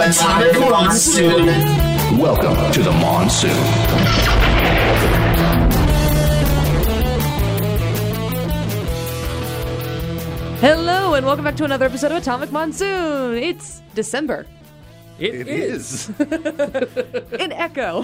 Atomic Monsoon. Welcome to the monsoon. Hello, and welcome back to another episode of Atomic Monsoon. It's December it is. in Echo.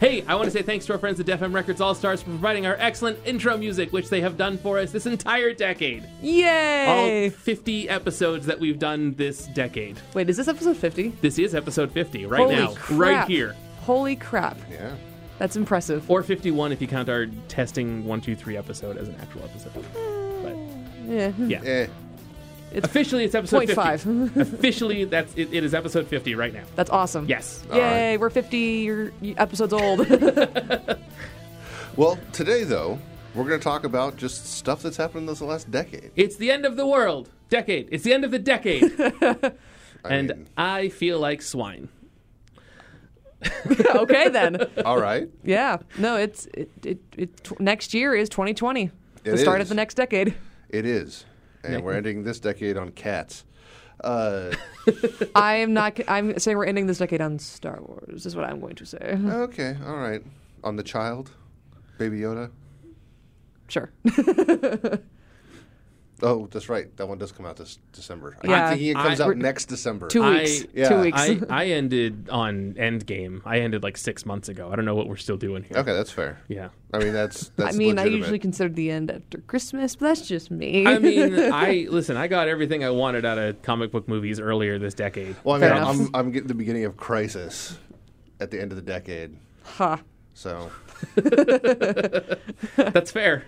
Hey, I want to say thanks to our friends at Def M Records All Stars for providing our excellent intro music, which they have done for us this entire decade. Yay! All 50 episodes that we've done this decade. Oh. Wait, is this episode 50? This is episode 50 right Holy now, crap. right here. Holy crap. Yeah. That's impressive. Or 51 if you count our testing 123 episode as an actual episode. But Yeah. yeah. Eh, Officially, it's episode Point 50. five. Officially, that's it, it is episode 50 right now. That's awesome. Yes. Yay, we're 50 year- episodes old. well, today though, we're going to talk about just stuff that's happened in this last decade. It's the end of the world. Decade. It's the end of the decade. and mean- I feel like swine. okay, then. All right, Yeah. No, it's it, it, it tw- next year is 2020. the It start of is. the next decade. it is, and we're ending this decade on cats. Uh, I am not. I'm saying we're ending this decade on Star Wars. Is what I'm going to say. okay, all right, on the child, Baby Yoda. Sure. Oh, that's right. That one does come out this December. Yeah. I'm thinking it comes I- out We're- next December. Two I- weeks. Two yeah, weeks. I, I ended on Endgame. I ended like six months ago. I don't know what we're still doing here. Okay, that's fair. Yeah. I mean, that's that's. I mean, I legitimate. usually consider the end after Christmas, but that's just me. I mean, I listen. I got everything I wanted out of comic book movies earlier this decade. Well, I mean, Fair I'm, enough. I'm I'm getting the beginning of Crisis at the end of the decade, ha. so That's fair.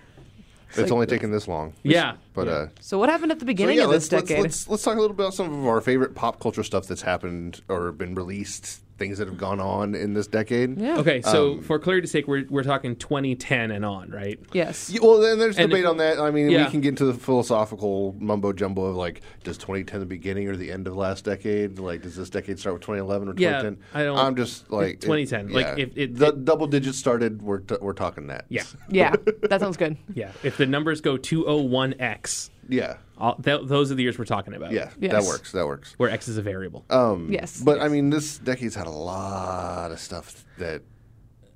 it's, only taken this long. Yeah. But uh, So what happened at the So, beginning yeah, of let's, this let's- decade? Let's, let's talk a little bit about some of our favorite pop culture stuff that's happened or been released, things that have gone on in this decade. Yeah. Okay, so um, for clarity's sake, we're we're talking 2010 and on, right? Yes. Yeah, well, then there's And debate if- on that. I mean, Yeah. we can get into the philosophical mumbo jumbo of like, does 2010 the beginning or the end of last decade? Like, does this decade start with 2011 or Yeah, 2010? I don't- I'm just like 2010, like, if it- the it- double digits started, we're t- we're talking that. Yeah. Yeah, that sounds good. Yeah. If the numbers go 201x, yeah, all, th- those are the years we're talking about. yeah. Uh, That Yes. works. That works. Where x is a variable. yes. Um, But I mean, this decade's had a lot of stuff that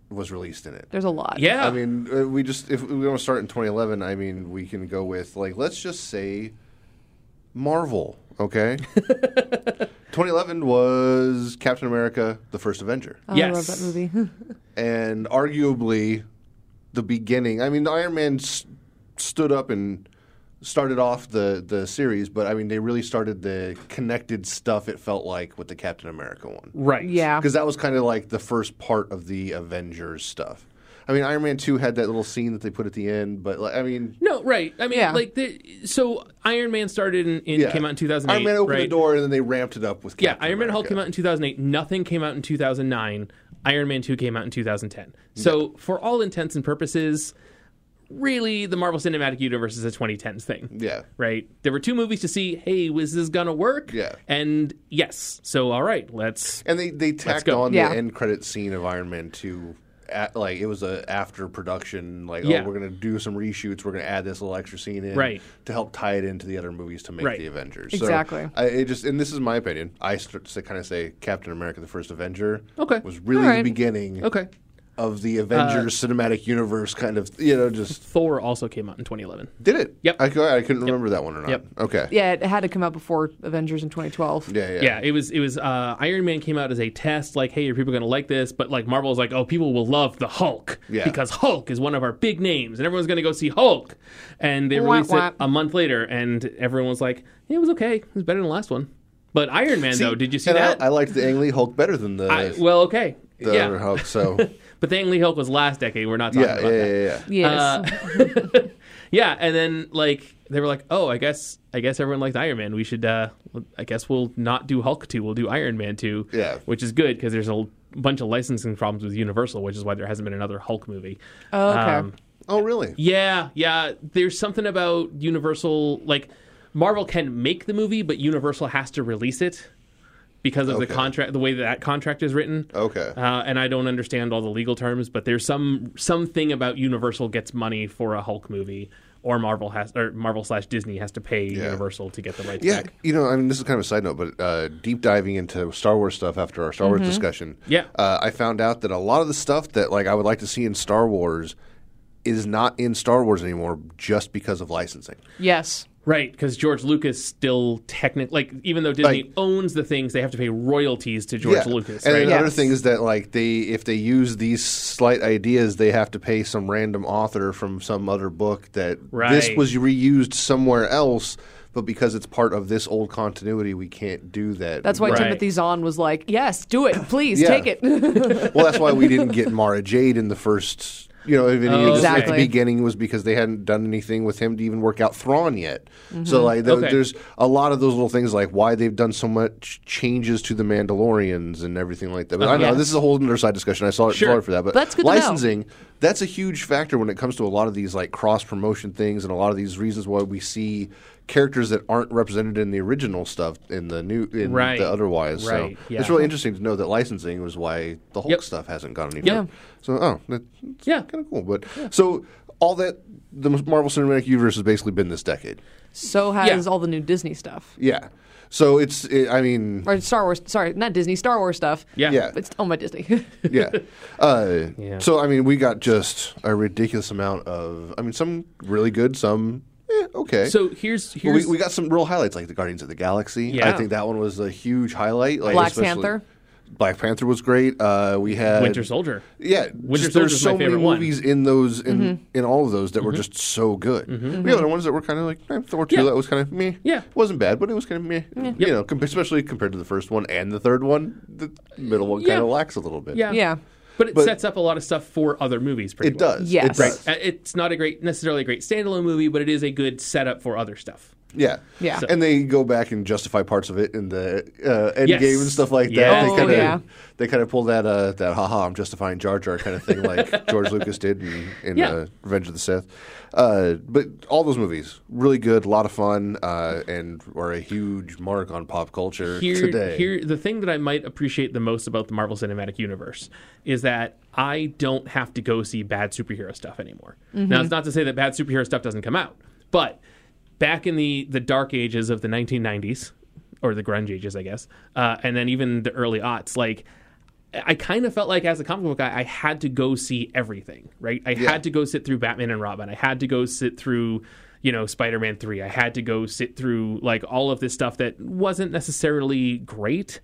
was released in it. There's a lot. yeah. I mean, uh, we just if we want to start in 2011, I mean, we can go with like let's just say Marvel, okay? 2011 was Captain America: The First Avenger, Oh, I love yes. that movie. and arguably the beginning. I mean, Iron Man s- stood up and started off the the series, but I mean, they really started the connected stuff. It felt like with the Captain America one Right. yeah. because that was kind of like the first part of the Avengers stuff. I mean, Iron Man two had that little scene that they put at the end, but like, I mean, No, right. I mean, Yeah. like, the, so Iron Man started in, in yeah. came out in 2008. Iron Man opened right? the door and then they ramped it up with Yeah, Captain Iron Man Hulk America. came out in 2008. Nothing came out in 2009. Iron Man 2 came out in 2010. So, for all intents and purposes, really the Marvel Cinematic Universe is a 2010s thing. Yeah, Right? There were two movies to see, hey, was this going to work? Yeah. And yes. So, all right, let's. and they they tacked go. on Yeah. the end credit scene of Iron Man two. At, like it was a after production, like Yeah. oh, we're gonna do some reshoots, we're gonna add this little extra scene in Right. to help tie it into the other movies to make Right. the Avengers. Exactly. So I, it just, and this is my opinion. I start to kind of say Captain America: The First Avenger Okay. was really All right. the beginning Okay. Uh, of the Avengers cinematic universe kind of, you know, just Thor also came out in 2011. did it. Yep. I, cou- I couldn't remember that one or not. Yep. Okay. yeah, it had to come out before Avengers in 2012. Yeah, yeah. Yeah, it was it was uh, Iron Man came out as a test, like, hey, are people going to like this? But like Marvel's like, oh, people will love the Hulk Yeah. because Hulk is one of our big names, and everyone's going to go see Hulk. And they Wah, released wah. it a month later, and everyone was like, it was okay, it was better than the last one. But Iron Man, See, though, did you see and that? I, I liked the Ang Lee Hulk better than the, I- well, okay, the yeah. other Hulk, so But the Ang Lee Hulk was last decade. We're not talking yeah, yeah, about that. yeah, yeah, yeah. Yes. Uh, yeah, and then like they were like, "Oh, I guess I guess everyone liked Iron Man. We should uh I guess we'll not do Hulk 2. We'll do Iron Man 2." Yeah. Which is good because there's a l- bunch of licensing problems with Universal, which is why there hasn't been another Hulk movie. Um, oh, okay. Oh, really? yeah, yeah, there's something about Universal like Marvel can make the movie, but Universal has to release it. because of Okay. the contract, the way that, that contract is written. Okay. Uh, and I don't understand all the legal terms, but there's some something about Universal gets money for a Hulk movie, or Marvel has or Marvel slash Disney has to pay Universal to get the rights Yeah, back. you know, I mean, this is kind of a side note, but uh, deep diving into Star Wars stuff after our Star Wars Mm-hmm. discussion, Yeah. uh, I found out that a lot of the stuff that like I would like to see in Star Wars is not in Star Wars anymore, just because of licensing. Yes. Right, because George Lucas still technically, like, even though Disney Like- owns the things, they have to pay royalties to George Yeah. Lucas. And Right? another Yes. thing is that like they if they use these slight ideas, they have to pay some random author from some other book that this Right. was reused somewhere else, but because it's part of this old continuity, we can't do that. That's why Right. Timothy Zahn was like, yes, do it. Please, Yeah. take it. well, that's why we didn't get Mara Jade in the first. You know, even in the- at Oh, Exactly. the beginning was because they hadn't done anything with him to even work out Thrawn yet. Mm-hmm. So like, there- Okay. there's a lot of those little things like why they've done so much changes to the Mandalorians and everything like that. But I know Yeah. this is a whole other side discussion. I saw Sure. sorry for that, but That's good to know. licensing that's a huge factor when it comes to a lot of these like cross promotion things and a lot of these reasons why we see characters that aren't represented in the original stuff in the new in Right. the otherwise. Right. So Yeah. it's really interesting to know that licensing was why the Hulk Yep. stuff hasn't gone any Yeah. further. So oh, that's Yeah. kind of cool. But so all that the Marvel Cinematic Universe has basically been this decade. so has Yeah. all the new Disney stuff. Yeah. So it's it, I mean Or Star Wars, sorry, not Disney, Star Wars stuff. Yeah. Yeah. It's owned by Disney. yeah. Uh, Yeah. So I mean we got just a ridiculous amount of I mean some really good some eh, okay. So here's Well, here's we, we got some real highlights like the Guardians of the Galaxy. I Yeah. think that one was a huge highlight. Like Black especially- Panther. Black Panther was great. Uh, we had Winter Soldier. Yeah, Winter just there's Soldier's my so many favorite one. Mm-hmm. movies in those in in all of those that were just so good. The other ones that were kind of like eh, Thor two Yeah. that was kind of meh. Yeah. wasn't bad, but it was kind of meh. You know, com- especially compared to the first one and the third one, the middle one Yeah. kind of lacks a little bit. Yeah. Yeah. But it But- sets up a lot of stuff for other movies. Pretty it well. does. Yes. it does. Uh, It's not a great necessarily a great standalone movie, but it is a good setup for other stuff. Yeah. Yeah. So- And they go back and justify parts of it in the uh, end Yes. game and stuff like that. Yeah. They Oh, kinda, yeah. They kind of pull that, uh, that haha, I'm justifying Jar Jar kind of thing like George Lucas did in, in Yeah. uh, Revenge of the Sith. Uh, but all those movies, really good, a lot of fun, uh, and were a huge mark on pop culture here, today. here, the thing that I might appreciate the most about the Marvel Cinematic Universe is that I don't have to go see bad superhero stuff anymore. Now, it's not to say that bad superhero stuff doesn't come out, but back in the the dark ages of the 1990s, or the grunge ages, I guess, uh, and then even the early aughts, like. I kind of felt like as a comic book guy, I had to go see everything, right? I had to go sit through Batman and Robin. I had to go sit through, you know, Spider Man 3. I had to go sit through like all of this stuff that wasn't necessarily great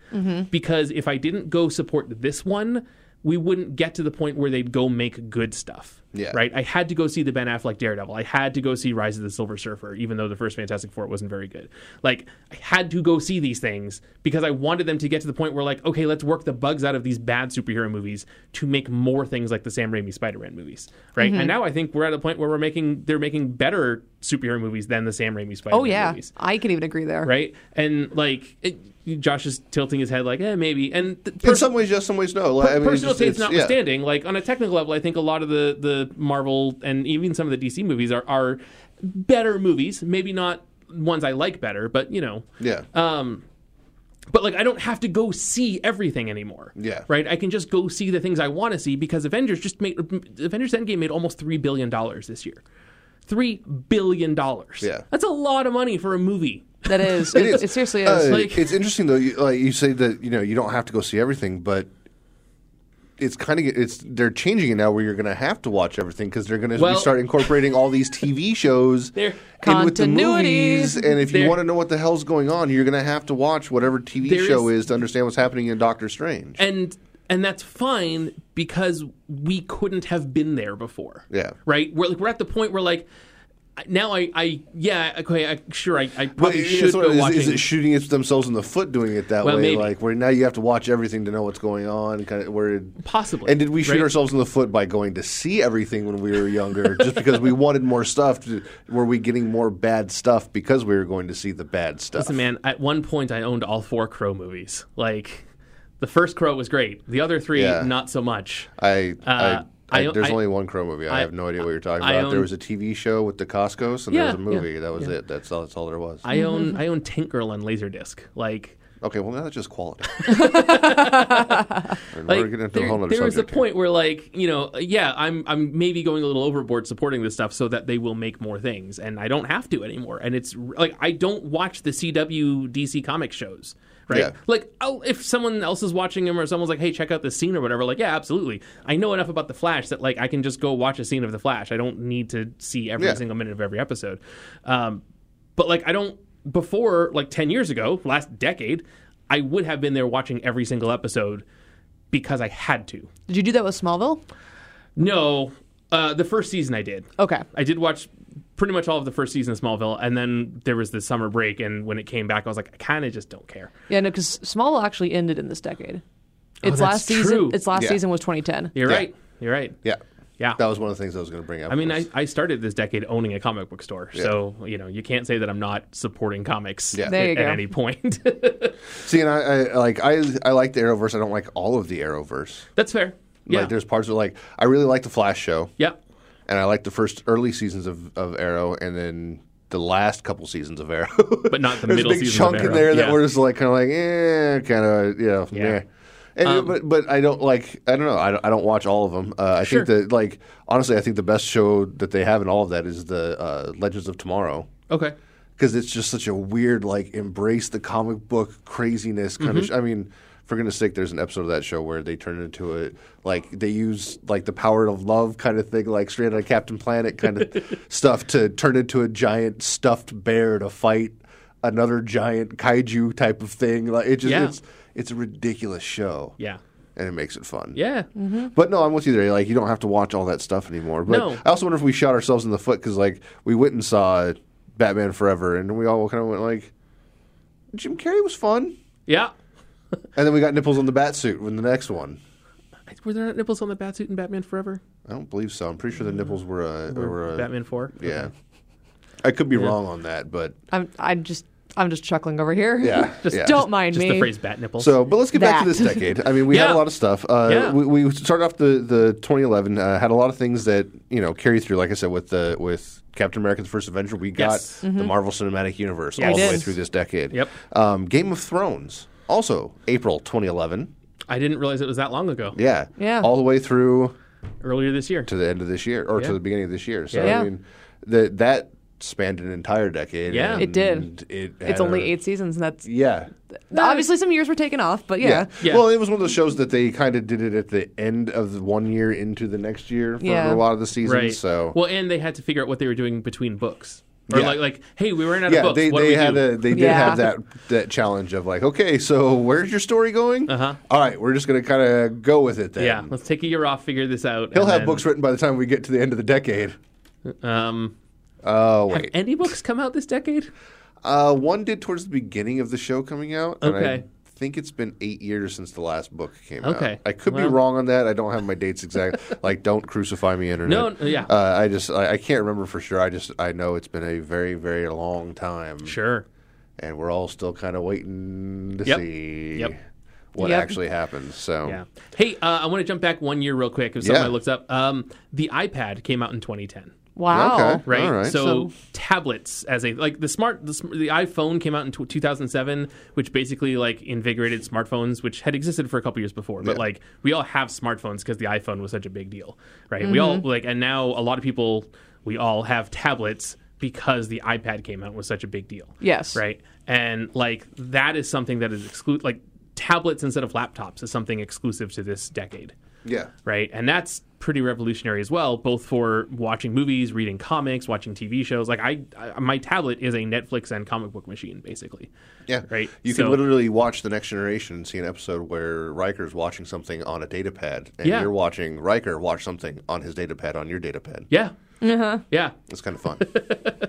because if I didn't go support this one, we wouldn't get to the point where they'd go make good stuff. Yeah. Right? I had to go see the Ben Affleck Daredevil. I had to go see Rise of the Silver Surfer, even though the first Fantastic Four wasn't very good. Like, I had to go see these things because I wanted them to get to the point where, like, okay, let's work the bugs out of these bad superhero movies to make more things like the Sam Raimi Spider Man movies. Right. Mm-hmm. And now I think we're at a point where we're making, they're making better superhero movies than the Sam Raimi Spider Man oh, yeah. movies I can even agree there. right? And like it, Josh is tilting his head, like, eh, maybe. And th- in pers- some ways, yes, some ways, no. Like, I mean, it's personal just- taste it's- yeah. notwithstanding, like on a technical level, I think a lot of the the Marvel and even some of the DC movies are are better movies. Maybe not ones I like better, but you know, Yeah. um, but like I don't have to go see everything anymore. Yeah. Right. I can just go see the things I want to see because Avengers just made Avengers Endgame made almost three billion dollars this year. Three billion dollars. Yeah. That's a lot of money for a movie. That is. It it, is. it seriously is. Uh, Like- it's interesting though. You, like you say that you know you don't have to go see everything, but it's kind of it's they're changing it now where you're going to have to watch everything because they're going to Well- start incorporating all these TV shows They're- in with the Continuity. movies. And if you They're- want to know what the hell's going on, you're going to have to watch whatever TV There show is- is to understand what's happening in Doctor Strange. and and that's fine because we couldn't have been there before. Yeah. Right. We're like we're at the point where like now I I yeah okay I, sure I, I But probably it's should sort of- go is, watching. is it shooting it themselves in the foot doing it that Well, way? maybe. Like where now you have to watch everything to know what's going on. Kind of where Possibly, And did we shoot right? ourselves in the foot by going to see everything when we were younger, just because we wanted more stuff? To, were we getting more bad stuff because we were going to see the bad stuff? Listen, man. At one point, I owned all four Crow movies. Like the first Crow was great. The other three, Yeah. not so much. I, Uh, I, I, I- there's I- only one Crow movie. I, I- have no idea what you're talking I about. there own- was a TV show with the Costco's, and Yeah, there was a yeah, movie. that was it. That's all. That's all there was. I own I own Tank Girl on Laserdisc. Like Okay, well, that's just quality. and Like, we're getting into there, a whole other there was a subject. here. point where, like, you know, yeah, I'm I'm maybe going a little overboard supporting this stuff so that they will make more things, and I don't have to anymore. And it's r- like I don't watch the CW DC comic shows, right? Yeah. Like, I'll, if someone else is watching them, or someone's like, "Hey, check out this scene" or whatever, like, yeah, absolutely. I know enough about the Flash that like I can just go watch a scene of the Flash. I don't need to see every Yeah. single minute of every episode. Um, but like I don't before like 10 years ago, last decade, I would have been there watching every single episode because I had to. Did you do that with Smallville? No, uh, the first season I did. Okay. I did watch pretty much all of the first season of Smallville, and then there was the summer break, and when it came back, I was like, I kind of just don't care. Yeah, no, because Smallville actually ended in this decade. Its Oh, that's last true. season. Its last Yeah. season was 2010. You're Yeah. right. You're right. Yeah. Yeah. That was one of the things I was going to bring up. I mean, I, was- I started this decade owning a comic book store, so you know you can't say that I'm not supporting comics Yeah. There you at, go. at any point. see, and I, I like I I like the Arrowverse. I don't like all of the Arrowverse. That's fair. Yeah. Like, there's parts where like I really like the Flash show, yeah. and I like the first early seasons of, of Arrow, and then the last couple seasons of Arrow. But not the there's middle a big season chunk of in Arrow. there that Yeah. we're just like kind of like eh, kind of you know Yeah. Um, meh. And, but but I don't like I don't know I don't, I don't watch all of them. Uh, I Sure. think that like honestly I think the best show that they have in all of that is the uh, Legends of Tomorrow Okay. because it's just such a weird like embrace the comic book craziness Mm-hmm. kind of. Sh- I mean, for goodness sake, there's an episode of that show where they turn it into a like they use like the power of love kind of thing, like straight out of Captain Planet kind of stuff to turn into a giant stuffed bear to fight another giant kaiju type of thing. Like it just Yeah. it's it's a ridiculous show. Yeah. And it makes it fun. Yeah. Mm-hmm. But no, I'm with you there. Like you don't have to watch all that stuff anymore. But No. I also wonder if we shot ourselves in the foot because like we went and saw Batman Forever, and we all kind of went like, Jim Carrey was fun, Yeah. and then we got nipples on the bat suit when the next one. Were there not nipples on the Batsuit in Batman Forever? I don't believe so. I'm pretty sure the nipples were a, Or were a Batman 4? Yeah, I could be wrong on that, but I'm I'm just I'm just chuckling over here. Yeah, just yeah. don't mind Just me. the phrase bat nipples. So, but let's get back to this That. decade. I mean, we had Yeah. a lot of stuff. Uh, Yeah. we, we started off the, the 2011. Uh, had a lot of things that you know carry through. Like I said, with the with Captain America: The First Avenger, we got Yes. Mm-hmm. the Marvel Cinematic Universe Yes. all the way did. through this decade. Yep. Um, Game of Thrones, also April 2011. I didn't realize it was that long ago. Yeah. Yeah. All the way through Earlier this year. to the end of this year, or Yeah. to the beginning of this year. So Yeah. I mean, that that spanned an entire decade. Yeah. It and did. It it's had only a- eight seasons, and that's Yeah. obviously some years were taken off, but yeah. Yeah. Well, it was one of those shows that they kind of did it at the end of the one year into the next year for Yeah. a lot of the seasons. right. So Well, and they had to figure out what they were doing between books. Or Yeah. like, like, hey, we ran out yeah, of books. they, what do they we had do? a they did Yeah. have that that challenge of like, okay, so where's your story going? Uh-huh. All right, we're just gonna kind of go with it then. yeah, let's take a year off, figure this out. He'll and have then, books written by the time we get to the end of the decade. Um, Oh wait, any books come out this decade? uh, one did towards the beginning of the show coming out. and I Okay. think it's been eight years since the last book came out. Okay. I could Well- be wrong on that. I don't have my dates exact. like, don't crucify me, internet. No, n- yeah. Uh, I just I, I can't remember for sure. I just I know it's been a very very long time. Sure. And we're all still kind of waiting to Yep. see Yep. what Yep. actually happens. So Yeah. Hey, uh, I want to jump back one year real quick. It was Oh. Yeah. something I looked up. Um, the iPad came out in 2010. Wow. Okay. right? All right. So, So- tablets as a like the smart the, sm- the iPhone came out in tw 2007, which basically like invigorated smartphones, which had existed for a couple years before, but Yeah. like we all have smartphones because the iPhone was such a big deal, right? We all like, and now a lot of people we all have tablets because the iPad came out and was such a big deal. Yes. right, and like that is something that is exclude like tablets instead of laptops is something exclusive to this decade yeah. right? And that's pretty revolutionary as well, both for watching movies, reading comics, watching TV shows. Like I, I my tablet is a Netflix and comic book machine, basically. Yeah. Right. You So- can literally watch The Next Generation and see an episode where Riker's watching something on a data pad, and Yeah. you're watching Riker watch something on his data pad on your data pad. Yeah. Uh-huh. Yeah. It's kind of fun.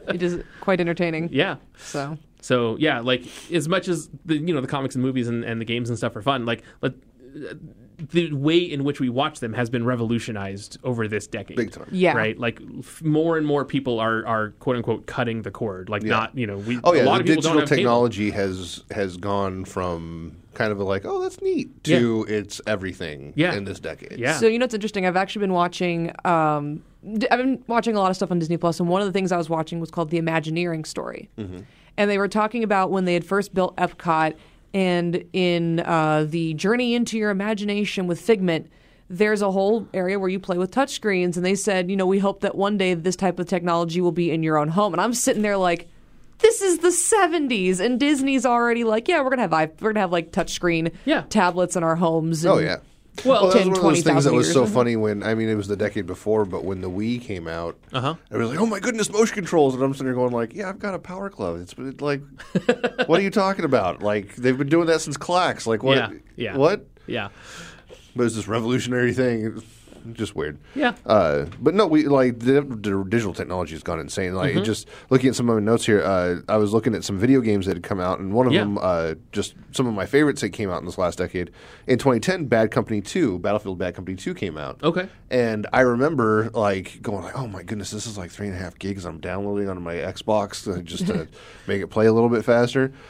It is quite entertaining. Yeah. So So yeah, like as much as the you know the comics and movies and, and the games and stuff are fun, like let, the way in which we watch them has been revolutionized over this decade. Big time. Yeah. Right. Like f- more and more people are are quote unquote cutting the cord. Like not you know we Oh yeah, a lot the of people don't digital have cable. technology has has gone from kind of a like, oh, that's neat, to it's everything Yeah. in this decade. Yeah. So you know it's interesting. I've actually been watching. Um, d- I've been watching a lot of stuff on Disney Plus, and one of the things I Mm-hmm. was watching was called the Imagineering story, and they were talking about when they had first built Epcot and in uh, the Journey into Your Imagination with Figment, there's a whole area where you play with touchscreens, and they said, you know, we hope that one day this type of technology will be in your own home. And I'm sitting there like, this is the 70s, and Disney's already like, yeah, we're gonna have i- we're gonna have like touchscreen Yeah. tablets in our homes. Oh and- yeah. Well, that was one 10, of those things 20,000 that was so years. funny when I mean it was the decade before, but when the Wii came out, uh-huh. everybody was like, "Oh my goodness, motion controls!" And I'm sitting there going, "Like, yeah, I've got a power glove. It's it's like, what are you talking about? Like, they've been doing that since Clax. Like, what? Yeah, yeah. What? Yeah. But it was this revolutionary thing. It was just weird. Yeah. Uh, but no, we like the, the digital technology has gone insane. Like Mm-hmm. it just looking at some of my notes here, uh, I was looking at some video games that had come out, and one of Yeah. them, uh, just some of my favorites that came out in this last decade. In 2010, Bad Company 2, Battlefield Bad Company 2 came out. Okay. And I remember like going like, oh my goodness, this is like three and a half gigs I'm downloading onto my Xbox uh, just to make it play a little bit faster.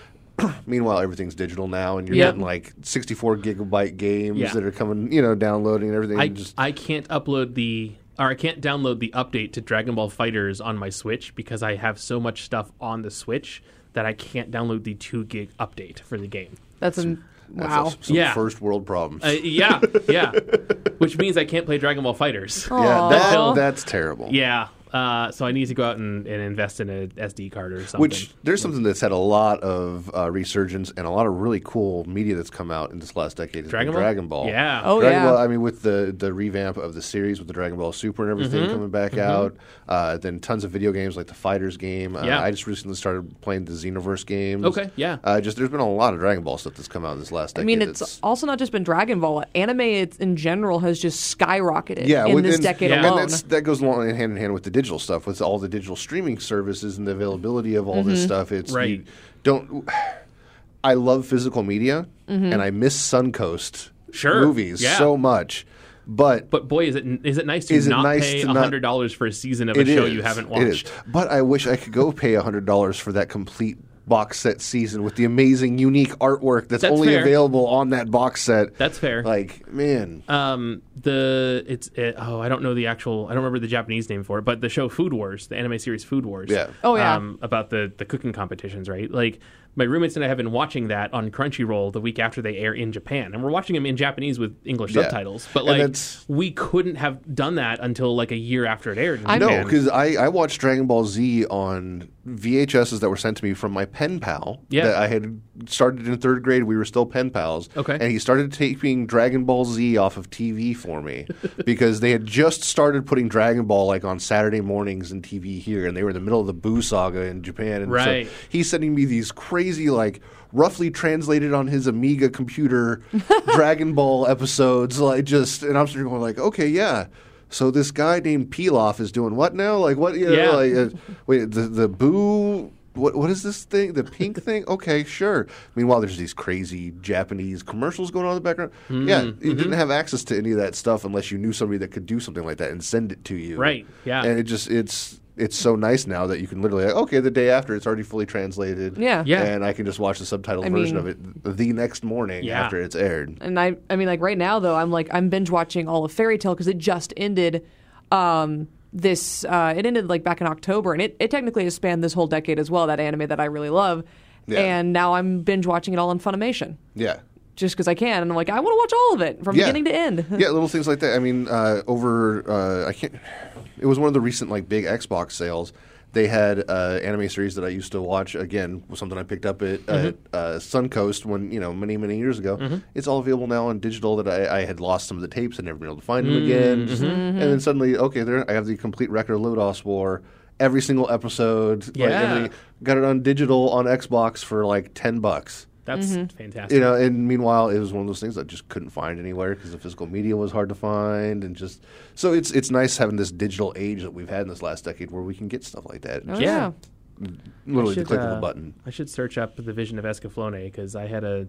Meanwhile, everything's digital now, and you're Yeah. getting like 64 gigabyte games Yeah. that are coming, you know, downloading and everything. I and just I can't upload the or I can't download the update to Dragon Ball Fighters on my Switch because I have so much stuff on the Switch that I can't download the two gig update for the game. that's an, that's wow. some Yeah. first world problems. Uh, yeah, yeah. Oh. Which means I can't play Dragon Ball Fighters. yeah, Aw. that, that's terrible. Yeah. Uh, so I need to go out and, and invest in a SD card or something. Which there's something that's had a lot of uh, resurgence and a lot of really cool media that's come out in this last decade. has Dragon been Ball? Dragon Ball. Yeah. Oh, Dragon yeah. Ball. I mean, with the the revamp of the series with the Dragon Ball Super and everything Mm-hmm. coming back out, uh, then tons of video games like the Fighters game. Uh, Yeah. I just recently started playing the Xenoverse games. Okay, yeah. Uh, just there's been a lot of Dragon Ball stuff that's come out in this last I decade. mean, it's, that's- also not just been Dragon Ball. Anime it's, in general has just skyrocketed yeah, in this within- decade yeah. and alone. that's, that goes along hand in hand with the digital stuff, with all the digital streaming services and the availability of all Mm-hmm. this stuff. It's Right. you don't. I love physical media, Mm-hmm. and I miss Suncoast Sure, movies yeah. so much, but. but boy, is it is it nice to Is it not nice pay to not- hundred dollars for a season of a it show you is. haven't It is. watched? But I wish I could go pay hundred dollars for that complete box set season with the amazing, unique artwork that's, That's only fair. available on that box set. That's fair. Like, man, Um, the it's it, oh I don't know the actual I don't remember the Japanese name for it, but the show Food Wars, the anime series Food Wars. Yeah. Oh, yeah. Um, about the the cooking competitions, right? Like my roommates and I have been watching that on Crunchyroll the week after they air in Japan, and we're watching them in Japanese with English Yeah. subtitles. But And like that's- we couldn't have done that until like a year after it aired. In I'm- No, Japan. because I, I watched Dragon Ball Z on VHSs that were sent to me from my pen pal Yeah. that I had started in third grade. We were still pen pals. Okay. And he started taping Dragon Ball Z off of TV for me because they had just started putting Dragon Ball like on Saturday mornings in TV here, and they were in the middle of the Boo saga in Japan. And Right. So he's sending me these crazy like. Roughly translated on his Amiga computer, Dragon Ball episodes, like just, and I'm sitting there going like, okay, yeah. So this guy named Pilaf is doing what now? Like what? You know, Yeah. Like, uh, wait, the the boo. What what is this thing? The pink thing? Okay, sure. Meanwhile, there's these crazy Japanese commercials going on in the background. Yeah, Hmm, you mm-hmm. didn't have access to any of that stuff unless you knew somebody that could do something like that and send it to you. Right, yeah. And it just it's it's so nice now that you can literally like, okay, the day after it's already fully translated. Yeah. Yeah. And I can just watch the subtitled I version mean- of it the next morning Yeah. after it's aired. and I, I mean, like right now though, I'm like I'm binge watching all of Fairy Tale because it just ended. Um, this uh, it ended like back in October, and it, it technically has spanned this whole decade as well. That anime that I really love, Yeah. and now I'm binge watching it all on Funimation Yeah. just because I can, and I'm like I want to watch all of it from Yeah. beginning to end. yeah, little things like that. I mean, uh, over uh, I can't. It was one of the recent like big Xbox sales. They had uh, anime series that I used to watch. Again, was something I picked up at, at uh, Suncoast when you know many many years ago. It's all available now on digital. That I, I had lost some of the tapes and never been able to find them again. Just- And then suddenly, okay, there I have the complete record of Lodos War. Every single episode, like, Yeah. everything. got it on digital on Xbox for like ten bucks. That's Mm-hmm. fantastic. You know, and meanwhile, it was one of those things I just couldn't find anywhere because the physical media was hard to find, and just so it's it's nice having this digital age that we've had in this last decade where we can get stuff like that, Oh, Just Yeah. literally the should, click of uh, a button. I should search up the vision of Escaflowne because I had a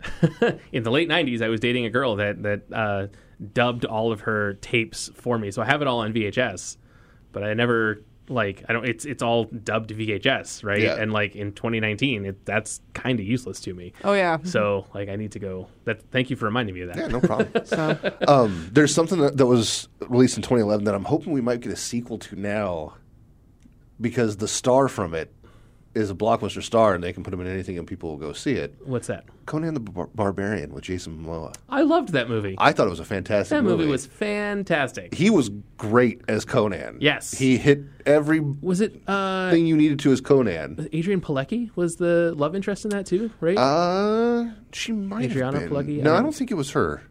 in the late '90s. I was dating a girl that that uh, dubbed all of her tapes for me, so I have it all on VHS. But I never like I don't. It's it's all dubbed VHS, right? Yeah. And like in 2019, it, that's kind of useless to me. Oh yeah. So like I need to go. That thank you for reminding me of that. Yeah, no problem. So um, there's something that, that was released in 2011 that I'm hoping we might get a sequel to now because the star from it is a blockbuster star and they can put him in anything and people will go see it. What's that? Conan the Bar- Barbarian with Jason Momoa. I loved that movie. I thought it was a fantastic that movie was fantastic. He was great as Conan. Yes. He hit everything Was it uh, you needed to as Conan. Adrian Pilecki was the love interest in that too? Right? Uh, she might Adriana have been. Pluggy? I no, I don't- don't think it was her.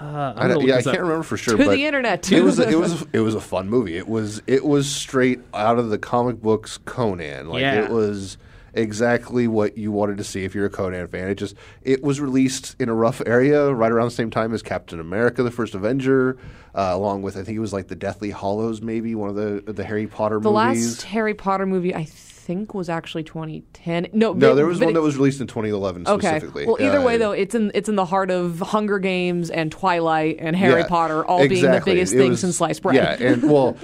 Uh, I I'm gonna don't- look yeah, I this up. can't remember for sure. To but the internet. It was a, it was a, it was a fun movie. It was it was straight out of the comic books Conan. Like Yeah. it was exactly what you wanted to see if you're a Conan fan. It just it was released in a rough area right around the same time as Captain America: The First Avenger, uh, along with I think it was like the Deathly Hollows, maybe one of the the Harry Potter The movies. last Harry Potter movie, I think, was actually 2010. No, no, but- there was but one it- that was released in 2011 Okay. specifically. Well, either way Uh, though, it's in it's in the heart of Hunger Games and Twilight and Harry Yeah, Potter all being the exactly. biggest It thing was- since sliced bread. Yeah, and well,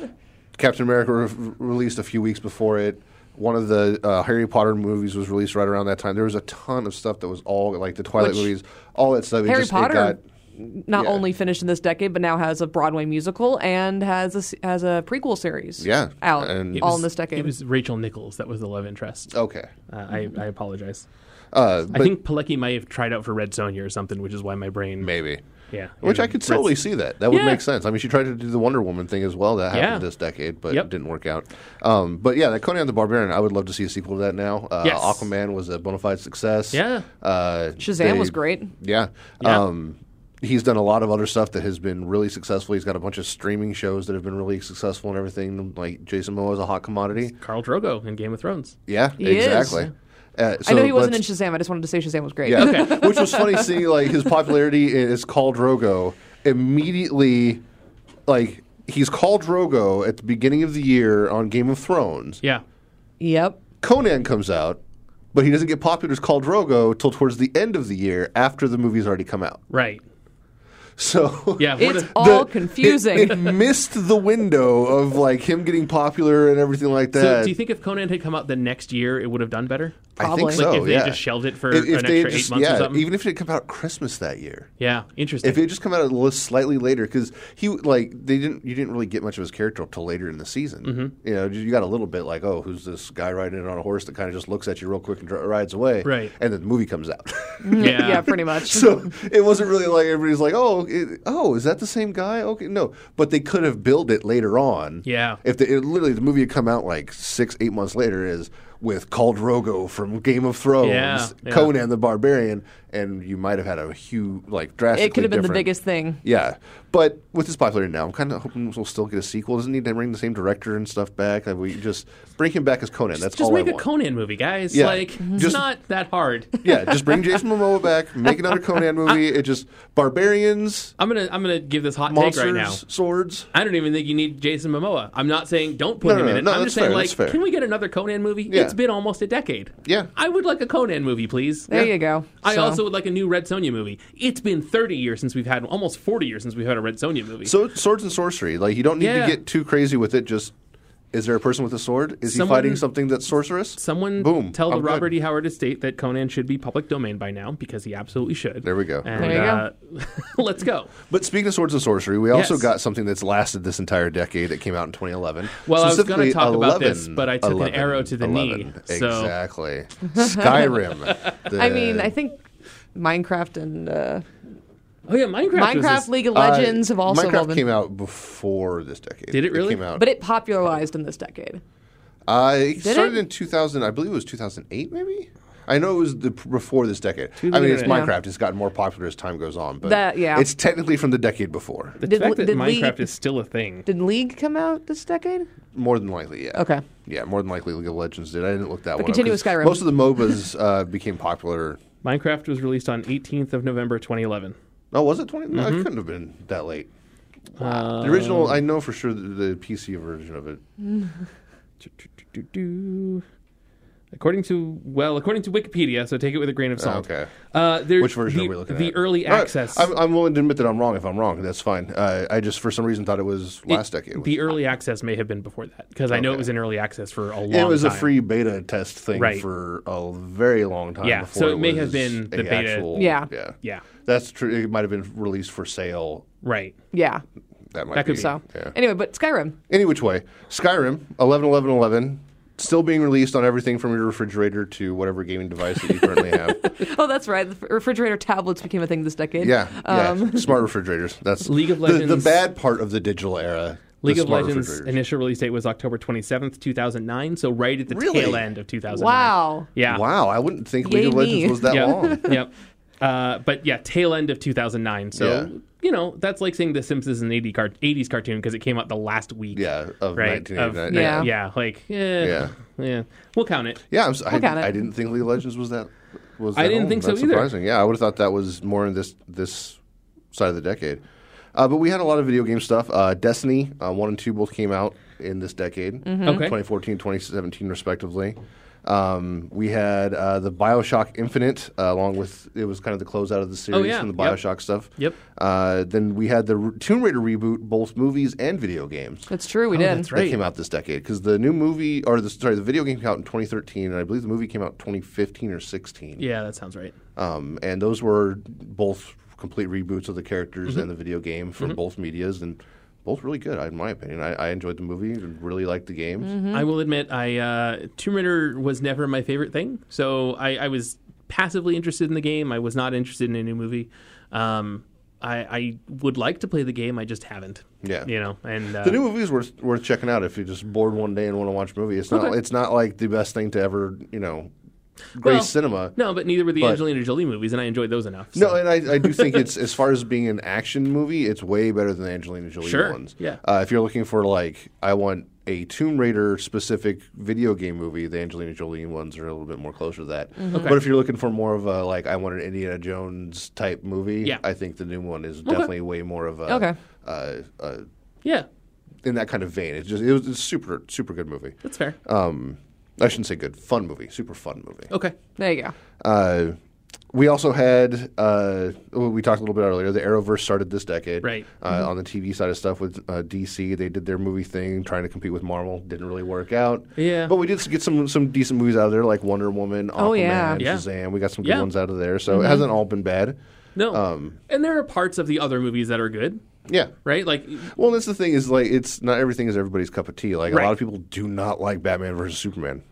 Captain America re- released a few weeks before it. One of the uh, Harry Potter movies was released right around that time. There was a ton of stuff that was all like the Twilight Which- movies, all that stuff. It Harry just, it Potter got- not yeah. only finished in this decade, but now has a Broadway musical and has a s- has a prequel series. Yeah, out and- It all was- in this decade. It was Rachel Nichols that was the love interest. okay. Uh, I, I apologize. Uh, I Oh. Mm-hmm. but think Pilecki might have tried out for Red Sonja or something, which is why my brain. maybe. Yeah. Which I could totally see that. That would Yeah. make sense. I mean, she tried to do the Wonder Woman thing as well. That happened Yeah. this decade, but Yep. it didn't work out. Um, but yeah, that Conan the Barbarian, I would love to see a sequel to that now. Uh, Yes. Aquaman was a bona fide success. Yeah. Uh, Shazam they- was great. Yeah. Yeah. Um, he's done a lot of other stuff that has been really successful. He's got a bunch of streaming shows that have been really successful and everything. Like Jason Momoa is a hot commodity. Carl Drogo in Game of Thrones. Yeah, He is. exactly. Uh, I know so he wasn't in let's- Shazam. I just wanted to say Shazam was great. Yeah, which was funny seeing like his popularity is called Drogo immediately, like he's called Drogo at the beginning of the year on Game of Thrones. Yeah. yep. Conan comes out, but he doesn't get popular as called Drogo till towards the end of the year after the movie's already come out. Right. So Yeah. what It's a- all the- confusing. It, it missed the window of like him getting popular and everything like that. so do you think if Conan had come out the next year, it would have done better? I think Probably. so. Like, if they yeah. just shelved it for If- if an they extra just- eight months or yeah, something? Even if it had come out Christmas that year. Yeah. Interesting. If it had just come out of the list slightly later, because he like they didn't you didn't really get much of his character until later in the season. Mm-hmm. You know, you got a little bit like, oh, who's this guy riding in on a horse that kind of just looks at you real quick and dr- rides away, Right. And then the movie comes out, yeah. pretty much. so it wasn't really like everybody's like, oh, it, oh, is that the same guy? Okay, no, but they could have billed it later on. Yeah. if they, it, literally the movie had come out like six, eight months later is with Khal Drogo from Game of Thrones, Yeah, yeah. Conan the Barbarian, and you might have had a huge like drastically. it could have been the different- biggest thing. yeah, but with this popularity now, I'm kind of hoping we'll still get a sequel. Doesn't need to bring the same director and stuff back. Like, we just bring him back as Conan. That's just all I make a want. Conan movie, guys. Yeah. Like, it's Just- not that hard. yeah, just bring Jason Momoa back. Make another Conan movie. It just barbarians, I'm gonna I'm gonna give this hot monsters, take right now. swords. I don't even think you need Jason Momoa. I'm not saying don't put No, him no, in no, it. no, I'm that's just saying fair, like, that's fair. can we get another Conan movie? Yeah. It's been almost a decade. Yeah. I would like a Conan movie, please. There you go. I So, also would like a new Red Sonja movie. It's been 30 years since we've had almost 40 years since we've had a Red Sonja movie. So swords and sorcery. Like you don't need Yeah. to get too crazy with it. Just is there a person with a sword? Is Someone- he fighting something that's sorcerous? Someone Boom. tell the I'm good. Robert E. Howard estate that Conan should be public domain by now because he absolutely should. There we go. And, There you uh, let's go. But speaking of swords and sorcery, we also Yes. got something that's lasted this entire decade that came out in 2011. Well, I was gonna Specifically, talk about this, but I took an 11, arrow to the knee, so- Exactly. Skyrim. The- I mean, I think Minecraft and uh, Oh yeah, Minecraft. was Minecraft, this- League of uh, Legends have also Minecraft all been, came out before this decade. Did it really? came out. but it popularized in this decade. uh, it started it? in 2000. I believe it was 2008, maybe. I know it was the, before this decade. I the mean, it's internet. Minecraft. It's gotten more popular as time goes on, but That- yeah. it's technically from the decade before, The Did- fact that did Minecraft League- is still a thing. Did League come out this decade? more than likely. Yeah. Okay. Yeah, more than likely League of Legends did. I didn't look that one. continue up, 'cause with Skyrim. Most of the MOBAs uh, became popular Minecraft was released on 18th of November 2011. Oh, was it 20? No, Mm-hmm. it couldn't have been that late. Uh, the original, I know for sure the, the PC version of it. Do-do-do-do-do. According to well, according to Wikipedia, so take it with a grain of salt. Oh, Okay. Uh, there, Which version the, are we looking the at? early All right, access. I'm, I'm willing to admit that I'm wrong if I'm wrong. That's fine. Uh, I just, for some reason, thought it was last decade. the early access may have been before that because I know it Okay. was in early access for a long it was time. a free beta test thing Right. for a very long time. Yeah, before so it may was have been the a beta- Actual, Yeah. yeah, Yeah. That's true. It might have been released for sale. Right. Yeah. That might That could be. be. So Yeah. anyway, but Skyrim. Any which way, Skyrim 11, 11, 11 still being released on everything from your refrigerator to whatever gaming device that you currently have. Oh, that's right. The f- refrigerator tablets became a thing this decade. Yeah, yeah. Um, smart refrigerators. That's League of The, the Legends- bad part of the digital era. the League of smart Legends refrigerators. initial release date was October 27th, 2009, so right at the Really? tail end of 2009. Wow. Yeah. Wow, I wouldn't think Yay League of Legends me. was that yep. long. yep. Uh, but yeah, tail end of 2009. So, Yeah. you know, that's like seeing The Simpsons in 80 car- 80s cartoon because it came out the last week. Yeah, of Right. Of- 1989. yeah. Yeah. Yeah. Like, eh, Yeah. yeah. We'll count it. Yeah, I'm, s- I, Look at it. I didn't think League of Legends was that. Was I that didn't old. think so That's either. Surprising. Yeah, I would have thought that was more in this this side of the decade. Uh, but we had a lot of video game stuff. Uh, Destiny uh, one and two both came out in this decade, Mm-hmm. Okay. 2014, 2017, respectively. Um, we had uh, the Bioshock Infinite, uh, along with it was kind of the closeout of the series Oh, yeah. from the Yep. Bioshock stuff. Yep. Uh, then we had the Re- Tomb Raider reboot, both movies and video games That's true. We did. Oh, that's that right. came out this decade because the new movie or the sorry the video game came out in 2013 and I believe the movie came out in 2015 or 16. Yeah, that sounds right. Um, and those were both complete reboots of the characters Mm-hmm. and the video game for both media's and both really good in my opinion. I, I enjoyed the movie and really liked the games. I will admit, I uh, Tomb Raider was never my favorite thing. So I, I was passively interested in the game. I was not interested in a new movie. Um, I, I would like to play the game. I just haven't. Yeah. You know, and uh, The new movie is worth worth checking out if you're just bored one day and want to watch a movie. It's not Okay. it's not like the best thing to ever you know grace Well, cinema. No, but neither were the But- Angelina Jolie movies, and I enjoyed those enough. so- No, and I, I do think it's as far as being an action movie, it's way better than the Angelina Jolie Sure, ones. yeah. Uh, if you're looking for like, I want a Tomb Raider specific video game movie, the Angelina Jolie ones are a little bit more closer to that. Mm-hmm. But if you're looking for more of a like, I want an Indiana Jones type movie, Yeah. I think the new one is definitely way more of a Okay. uh, uh, yeah, in that kind of vein. It's just it was a super super good movie. that's fair. Um, I shouldn't say good, fun movie, super fun movie. okay, There you go. Uh, we also had uh, well, we talked a little bit earlier. The Arrowverse started this decade, Right. Mm-hmm. Uh, On the TV side of stuff with uh, DC, they did their movie thing, trying to compete with Marvel. Didn't really work out. Yeah. Oh, but we did get some some decent movies out of there, like Wonder Woman, Aquaman, yeah. Yeah. Shazam. We got some good Yeah. Mm-hmm. ones out of there, so it hasn't all been bad. no, um, and there are parts of the other movies that are good, Yeah. right? Like, Well, that's the thing is like it's not everything is everybody's cup of tea. Like a Right. lot of people do not like Batman versus Superman.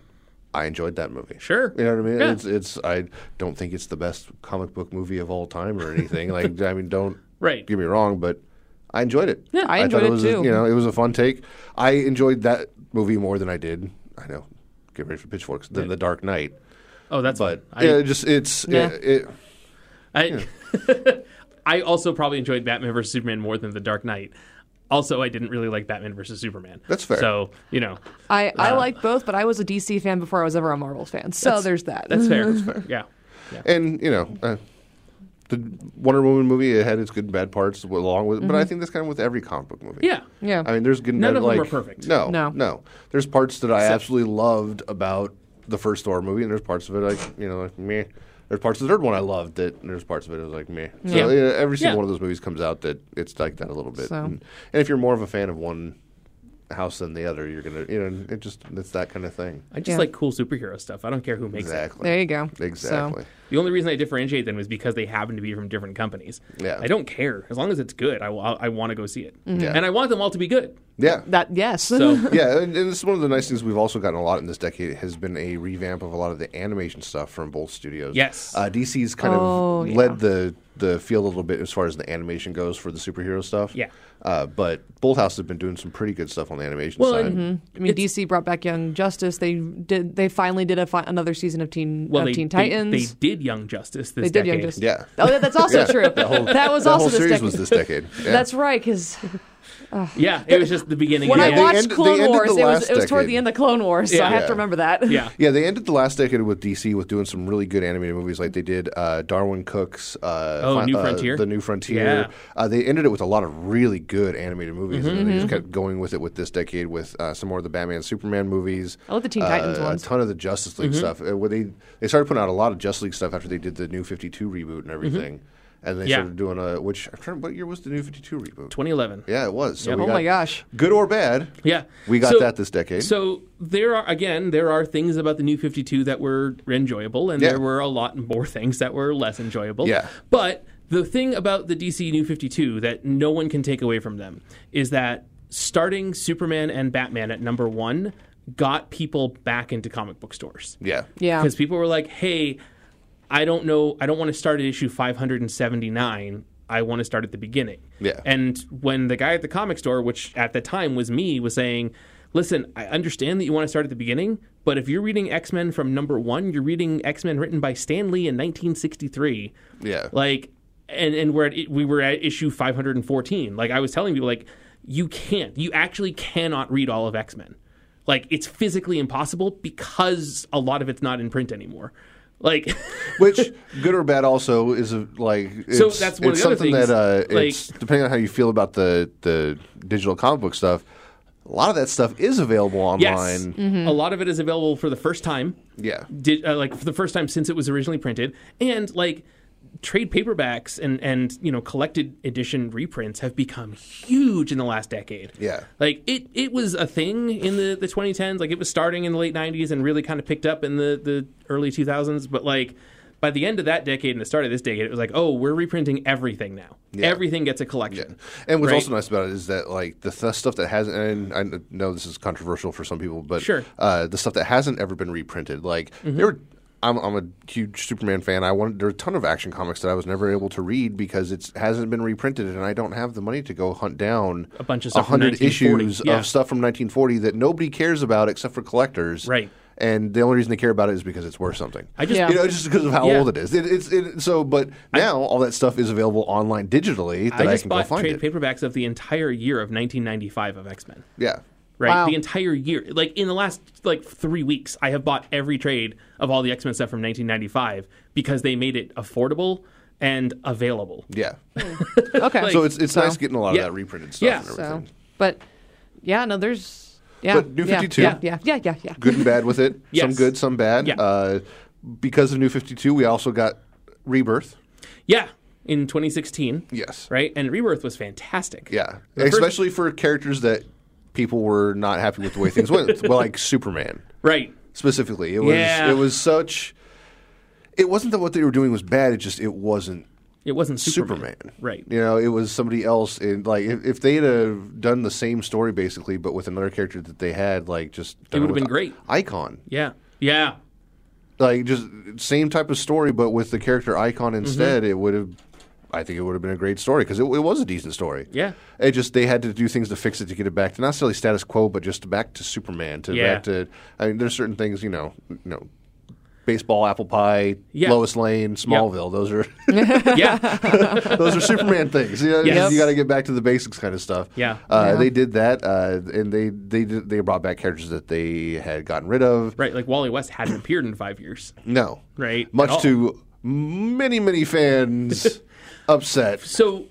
I enjoyed that movie. Sure. You know what I mean? Yeah. It's it's I don't think it's the best comic book movie of all time or anything. like I mean don't Right. get me wrong, but I enjoyed it. Yeah, I enjoyed thought it was A, too. you know, it was a fun take. I enjoyed that movie more than I did. I know. Get ready for pitchforks than The Dark Knight. oh, that's But I, yeah, it just it's Yeah. it, it, I, I also probably enjoyed Batman versus Superman more than The Dark Knight. Also, I didn't really like Batman versus Superman. That's fair. So you know, I, I like both, but I was a DC fan before I was ever a Marvel fan. So there's that. that's fair. that's fair. Yeah. And you know, uh, the Wonder Woman movie it had its good and bad parts along with, but I think that's kind of with every comic book movie. Mm-hmm. Yeah. Yeah. I mean, there's good. and None bad, of them like, are perfect. No, no, No. no. There's parts that I absolutely loved about the first Thor movie, and there's parts of it like you know, like meh. There's parts of the third one I loved that. And there's parts of it that was like meh. So Yeah. yeah, every single Yeah. one of those movies comes out that it's like that a little bit. So. And, and if you're more of a fan of one house than the other, you're gonna, you know, it just it's that kind of thing. I just Yeah. like cool superhero stuff. I don't care who makes it. Exactly. there you go. So, Exactly. The only reason I differentiate them is because they happen to be from different companies. Yeah. I don't care as long as it's good. I want to go see it, Mm-hmm. Yeah. and I want them all to be good. Yeah. that yes. So yeah, and, and this is one of the nice things we've also gotten a lot in this decade has been a revamp of a lot of the animation stuff from both studios. Yes. uh, DC's kind Oh, of yeah. led the the field a little bit as far as the animation goes for the superhero stuff. Yeah. uh, but Bolt House has been doing some pretty good stuff on the animation Well, side. and- I mean, DC brought back Young Justice. They did. They finally did a fi- another season of Teen well, of they, Teen they- Titans. They, did Young Justice this They did decade. Young Justice. Yeah. Oh, that- that's also Yeah. true. That, That whole- was the also whole this series decade. was this decade. Yeah. That's right, because Yeah, it was just the beginning. when of I the they watched end- they Clone ended the Wars, it was last it was toward decade. the end of Clone Wars, so I have Yeah. to remember that. yeah, Yeah, they ended the last decade with DC with doing some really good animated movies, like they did uh, Darwin Cook's. Uh, Oh, New uh, Frontier? The New Frontier. Yeah. Uh, they ended it with a lot of really good animated movies, and then Mm-hmm, they just kept going with it with this decade with uh, some more of the Batman, Superman movies. I love the Teen uh, Titans ones. Mm-hmm. A ton of the Justice League stuff. Uh, where they they started putting out a lot of Justice League stuff after they did the New Fifty Two reboot and Mm-hmm. everything, and they Yeah. started doing a which I'm trying. What year was the New Fifty Two reboot? 2011. Yeah, it was. So we Oh got- my gosh. good or bad. Yeah. we got So- that this decade. So there are again, there are things about the new 52 that were enjoyable and Yeah. there were a lot more things that were less enjoyable. Yeah. But the thing about the DC New 52 that no one can take away from them is that starting Superman and Batman at number 1 got people back into comic book stores. Yeah. Yeah. Because people were like, hey, I don't know. I don't want to start at issue 579. I want to start at the beginning. Yeah. And when the guy at the comic store, which at the time was me, was saying, listen, I understand that you want to start at the beginning, but if you're reading X Men from number one, you're reading X Men written by Stan Lee in 1963. Yeah. Like, and, and we're at, we were at issue 514. Like, I was telling people, like, you can't. You actually cannot read all of X Men like it's physically impossible because a lot of it's not in print anymore. Like, Which, good or bad, also is a, like it's, So that's one of it's the other something things, that uh, like- it's depending on how you feel about the the digital comic book stuff. A lot of that stuff is available online. yes, a lot of it is available for the first time. Yeah. Did, uh, like for the first time since it was originally printed, and like trade paperbacks and and you know collected edition reprints have become huge in the last decade. Yeah. like it it was a thing in the the 2010s. Like it was starting in the late 90s and really kind of picked up in the the early 2000s. But like by the end of that decade and the start of this decade, it was like oh we're reprinting everything now. Everything gets a collection. And what's Right. also nice about it is that like the th- stuff that hasn't and I know this is controversial for some people, but Sure. Mm-hmm. uh, the stuff that hasn't ever been reprinted, like there were. I'm, I'm a huge Superman fan. I wanted there are a ton of action comics that I was never able to read because it hasn't been reprinted, and I don't have the money to go hunt down A bunch of stuff from hundred 1940. issues Yeah. of stuff from 1940 that nobody cares about except for collectors. Right. And the only reason they care about it is because it's worth something. I just- Yeah. you know, just because of how Yeah. old it is. It, it's it, so, but now all that stuff is available online digitally that I, I just can go bought find it. trade paperbacks of the entire year of 1995 of X Men. Yeah. Right, Wow. the entire year. Like in the last like three weeks, I have bought every trade of all the X Men stuff from 1995 because they made it affordable and available. Yeah. okay. so it's it's So- nice getting a lot yeah. of that reprinted stuff Yeah. and So, everything. but yeah, no, there's yeah, But New yeah, 52. yeah, yeah, yeah, yeah, yeah. Good and bad with it. Some Yes. good, some bad. Yeah. Uh, because of New 52, we also got Rebirth. Yeah, in 2016. Yes. Right, and Rebirth was fantastic. Yeah. The first- Especially for characters that people were not happy with the way things went. well, like Superman right. specifically. It was Yeah. it was such it wasn't that what they were doing was bad, it just it wasn't It wasn't Superman. Superman. Right. You know, it was somebody else. In, like, if, if they'd have done the same story basically, but with another character that they had, like, just done would've with been great. Icon, Yeah. Yeah. like, just same type of story, but with the character Icon Mm-hmm. instead, it would have. I think it would have been a great story because it, it was a decent story. Yeah. it just they had to do things to fix it to get it back to not necessarily status quo, but just back to Superman. To Yeah. back to, I mean, there's certain things you know, you know, baseball, apple pie, Yeah. Lois Lane, Smallville. Those are Yeah. those are Superman things. You, know, Yes. you got to get back to the basics kind of stuff. Yeah. Uh, Yeah. They did that, uh, and they they did, they brought back characters that they had gotten rid of. right. Like Wally West hadn't appeared in five years. No, Right. At all. Much to many many fans upset. So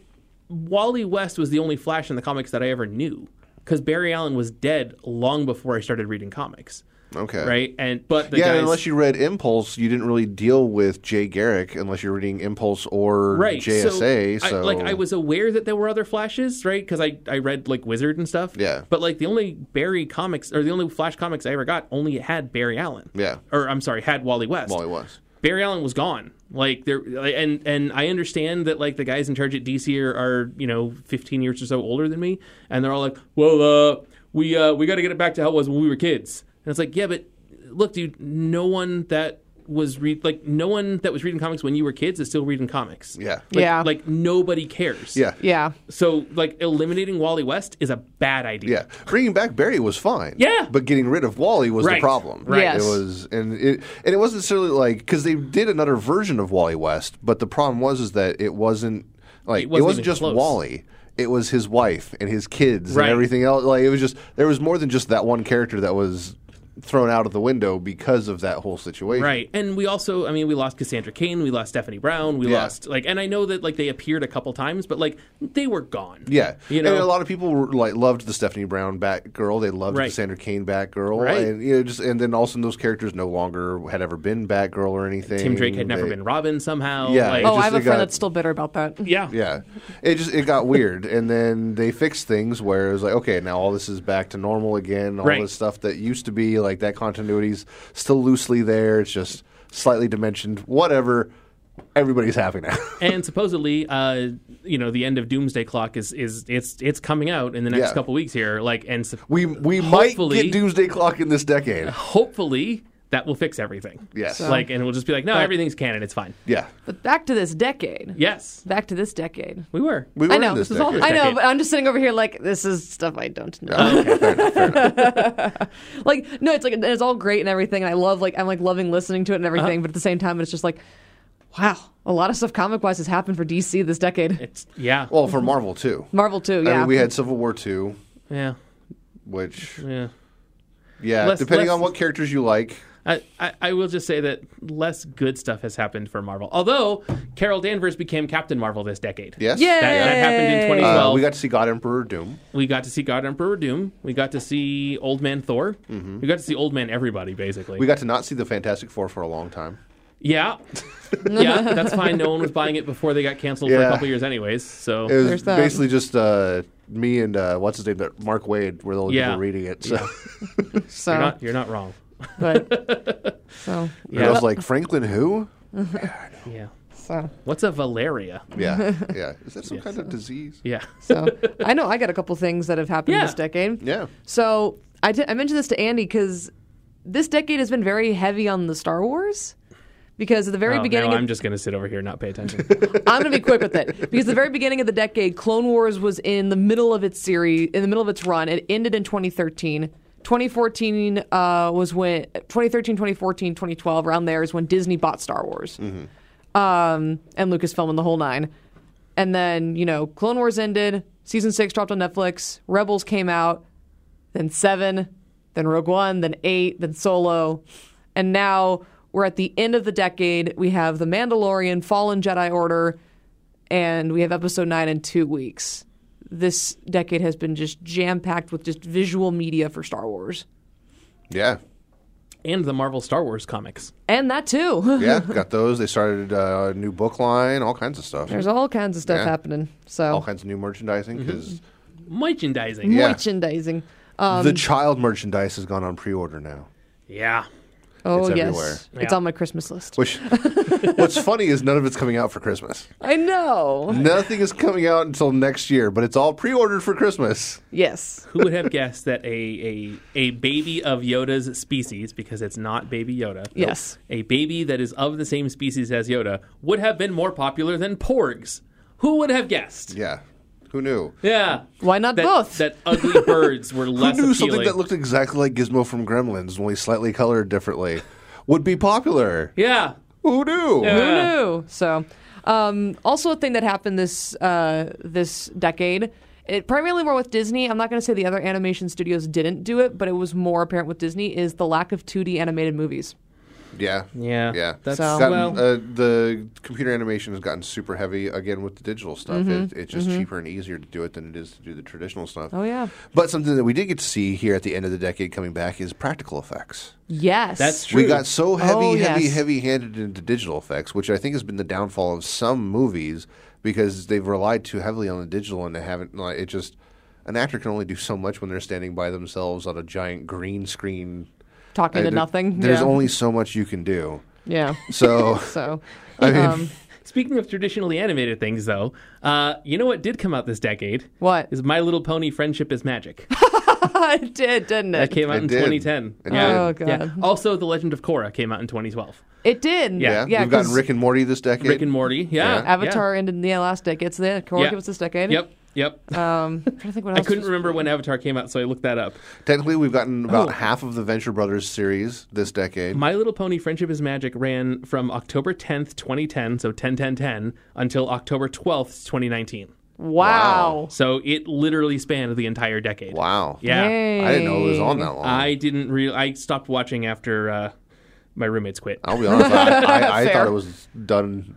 Wally West was the only Flash in the comics that I ever knew because Barry Allen was dead long before I started reading comics. Okay. Right. And but the Yeah, and guys, unless you read Impulse, you didn't really deal with Jay Garrick unless you're reading Impulse or right JSA. So, I- So, like I was aware that there were other Flashes, right? Because I I read like Wizard and stuff. Yeah. But like the only Barry comics or the only Flash comics I ever got only had Barry Allen. Yeah. Or I'm sorry, had Wally West. Wally West. Barry Allen was gone. Like there, and and I understand that like the guys in charge at DC are, are you know 15 years or so older than me, and they're all like, well, uh, we uh, we got to get it back to how it was when we were kids. And it's like, yeah, but look, dude, no one that was read like no one that was reading comics when you were kids is still reading comics. Yeah. Like, Yeah. Like nobody cares. yeah. yeah. So like eliminating Wally West is a bad idea. Yeah, bringing back Barry was fine. Yeah. but getting rid of Wally was the Right. problem. Right. Yes. It was, and it and it wasn't necessarily like because they did another version of Wally West, but the problem was is that it wasn't like It it wasn't wasn't, even just close. Wally. It was his wife and his kids Right. and everything else. Like it was just there was more than just that one character that was thrown out of the window because of that whole situation. Right. And we also, I mean, we lost Cassandra Kane, we lost Stephanie Brown, we Yeah. lost like, and I know that like they appeared a couple times, but like they were gone. Yeah, You know? and a lot of people were, like loved the Stephanie Brown Batgirl. They loved Right. Cassandra Cain Batgirl, Right. and you know, just and then also those characters no longer had ever been Batgirl or anything. Tim Drake had never They- been Robin somehow. Yeah. Like, It Oh, I just- have a it friend got- that's still bitter about that. yeah. Yeah, it just it got weird, and then they fixed things where it was like, okay, now all this is back to normal again. All Right. this stuff that used to be like that continuity's still loosely there. It's just slightly dimensioned, whatever. everybody's happy now. and supposedly, uh, you know, the end of Doomsday Clock is is it's it's coming out in the next Yeah. couple weeks here. Like, and sup- we we might Hopefully- Oh. get Doomsday Clock in this decade. hopefully that will fix everything. Yes. So- Like, and we'll just be like, no, everything's canon. It's fine. Yeah, But back to this decade. Yes, Back to this decade. we were. we were I know. in this This is all decade. this I know, decade. but I'm just sitting over here like this is stuff I don't know. Okay, fair enough, fair enough. like no, it's like it's all great and everything, and I love like I'm like loving listening to it and everything, Uh-huh. but at the same time, it's just like, wow, a lot of stuff comic wise has happened for DC this decade. It's yeah. Well, for Marvel too. Marvel too, yeah. I mean, we had Civil War two, yeah. which Yeah. yeah, Less- depending less- on what characters you like. I, I, I will just say that less good stuff has happened for Marvel. Although Carol Danvers became Captain Marvel this decade. Yes. Yay! That, that happened in Uh, 2012. we got to see God Emperor Doom. We got to see God Emperor Doom. We got to see Old Man Thor. We got to see Old Man Everybody, basically. Mm-hmm. We got to not see the Fantastic Four for a long time. yeah. yeah, that's fine. No one was buying it before they got canceled for a Yeah. couple years, anyways. So It was There's that. basically just uh, me and uh, what's his name, that Mark Wade, were the only Yeah. people reading it. So so, uh, you're, not, you're not wrong. but so I Yeah. was like, Franklin, who? yeah. so What's a Valeria? Yeah, yeah. Is that some kind of disease? Yeah. so I know I got a couple things that have happened Yeah. this decade. Yeah. So I did- I mentioned this to Andy because this decade has been very heavy on the Star Wars. Because at the very Oh, beginning, now of- I'm just going to sit over here and not pay attention. I'm going to be quick with it because the very beginning of the decade, Clone Wars was in the middle of its series, in the middle of its run. It ended in 2013. 2014 uh, was when 2013, 2014, 2012 around there is when Disney bought Star Wars, um, and Lucasfilm and the whole nine. And then you know, Clone Wars ended. Season six dropped on Netflix. Rebels came out. Then seven. Then Rogue One. Then eight. Then Solo. And now we're at the end of the decade. We have The Mandalorian, Fallen Jedi Order, and we have episode nine in two weeks. This decade has been just jam packed with just visual media for Star Wars. Yeah. and the Marvel Star Wars comics. And that too. Yeah. got those. They started uh, a new book line, all kinds of stuff. There's all kinds of stuff Yeah. happening. all So, kinds of new merchandising Mm-hmm. because Merchandising. Yeah. merchandising. Uh, the child merchandise has gone on pre-order now. Yeah. oh, It's yes. everywhere. It's Yeah. on my Christmas list. Which, what's funny is none of it's coming out for Christmas. I know. Nothing is coming out until next year, but it's all pre-ordered for Christmas. Yes. Who would have guessed that a, a a baby of Yoda's species, because it's not baby Yoda, Yes. a baby that is of the same species as Yoda, would have been more popular than Porgs. Who would have guessed? Yeah. Who knew? Yeah. Why not that, both? That ugly birds were less Who knew something appealing. that looked exactly like Gizmo from Gremlins, only slightly colored differently, would be popular? yeah. Who knew? Yeah. Who knew? So, um, also a thing that happened this uh, this decade. It primarily more with Disney. I'm not going to say the other animation studios didn't do it, but it was more apparent with Disney is the lack of 2D animated movies. Yeah. Yeah. Yeah. That's So- gotten, well, uh, the computer animation has gotten super heavy again with the digital stuff. Mm-hmm. It, it's just cheaper and easier to do it than it is to do the traditional stuff. Oh yeah, But something that we did get to see here at the end of the decade coming back is practical effects. yes, that's true. We got so heavy, Oh, heavy, yes. heavy handed into digital effects, which I think has been the downfall of some movies because they've relied too heavily on the digital and they haven't. Like, it just an actor can only do so much when they're standing by themselves on a giant green screen. talking Uh, to there- nothing. There's yeah. only so much you can do. yeah. So So, I mean, um, Speaking of traditionally animated things, though, uh, you know what did come out this decade? What? is My Little Pony: Friendship is Magic? it did, didn't That it? came out It in did. 2010. It Oh Yeah. god, Yeah. Also, The Legend of Korra came out in 2012. it did. yeah, Yeah. we've gotten 'cause Rick and Morty this decade. Rick and Morty. Yeah. Yeah. Avatar ended in the last decade. So yeah, Korra Yeah. gave us this decade. Yep. Yep. Um, I'm trying to think what I else. couldn't was- remember when Avatar came out, so I looked that up. Technically, we've gotten about Oh. half of the Venture Brothers series this decade. My Little Pony Friendship is Magic ran from October 10th, 2010, so 10 10 10, until October 12th, 2019. Wow. So it literally spanned the entire decade. wow. Yeah. I didn't know it was Hey. on that long. I didn't real I stopped watching after uh, my roommates quit. I'll be honest. I, I, I Fair. Oh, thought it was done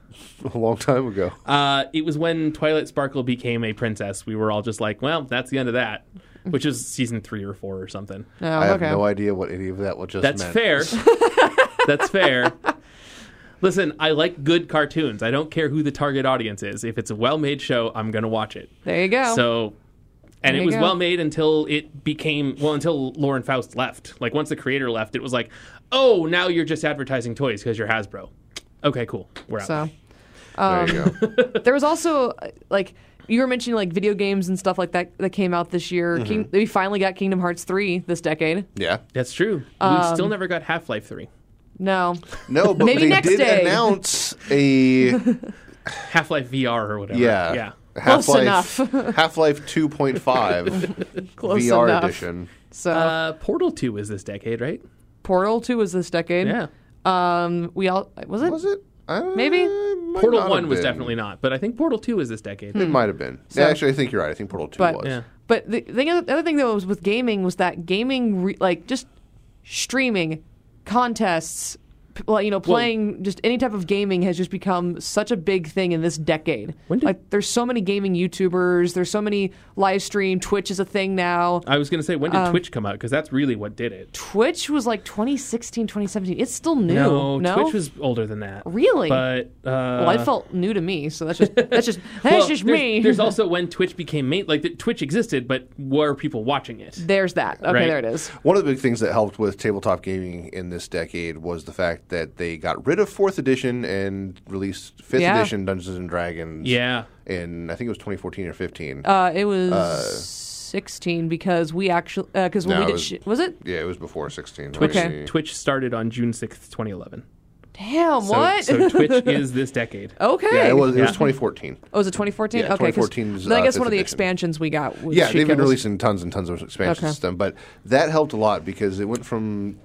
a long time ago. Uh, it was when Twilight Sparkle became a princess. We were all just like, well, that's the end of that, which is season three or four or something. Oh, I have okay. no idea what any of that was just That's meant. fair. That's fair. Listen, I like good cartoons. I don't care who the target audience is. If it's a well-made show, I'm going to watch it. There you go. So, and There it you was go. well made until it became well until Lauren Faust left. Like once the creator left, it was like, oh, now you're just advertising toys because you're Hasbro. Okay, cool. We're out. So, Um, there you go. There was also uh, like you were mentioning like video games and stuff like that that came out this year. Mm-hmm. King, we finally got Kingdom Hearts three this decade. Yeah. That's true. um, we still never got Half Life 3. No, No, but Maybe they next did day. announce a Half Life VR or whatever. yeah. Yeah. Half Life Close Half Life 2.5 close VR enough. edition. So Uh, Portal 2 is this decade, right? Portal two was this decade. Yeah. Um, we all was it? Was it? I- Maybe. it might Portal not 1 have was been. definitely not, but I think Portal 2 is this decade. Hmm. It might have been. yeah, actually, I think you're right. I think Portal 2 But- was. Yeah. But the thing, the other thing that was with gaming was that gaming, re, like just streaming contests, p- like you know, playing just any type of gaming has just become such a big thing in this decade. When did- like, there's so many gaming YouTubers. There's so many live stream. Twitch is a thing now. I was going to say, when did Um, Twitch come out? Because that's really what did it. Twitch was like 2016, 2017. It's still new. No, No, Twitch was older than that. Really? But uh, Well, it felt new to me, so that's just that's just that's well, just there's, me. There's also when Twitch became main. Like the, Twitch existed, but were people watching it? There's that. Okay, Right. there it is. One of the big things that helped with tabletop gaming in this decade was the fact that they got rid of fourth edition and released fifth Yeah. edition Dungeons and Dragons. Yeah. In I think it was 2014 or 15. Uh, it was 16 because we actually because No, when we it did was- shi- was it yeah, it was before 16. Twitch, Let me see. Twitch started on June sixth, twenty eleven. damn what Oh, So, so Twitch is this decade. okay Yeah, it was, it was Yeah. 2014. oh was it 2014 Yeah, okay 'cause 2014 's, then I uh, guess one fifth of the edition. expansions we got was Yeah, they've Chico's. been releasing tons and tons of expansions Okay. to them, but that helped a lot because it went from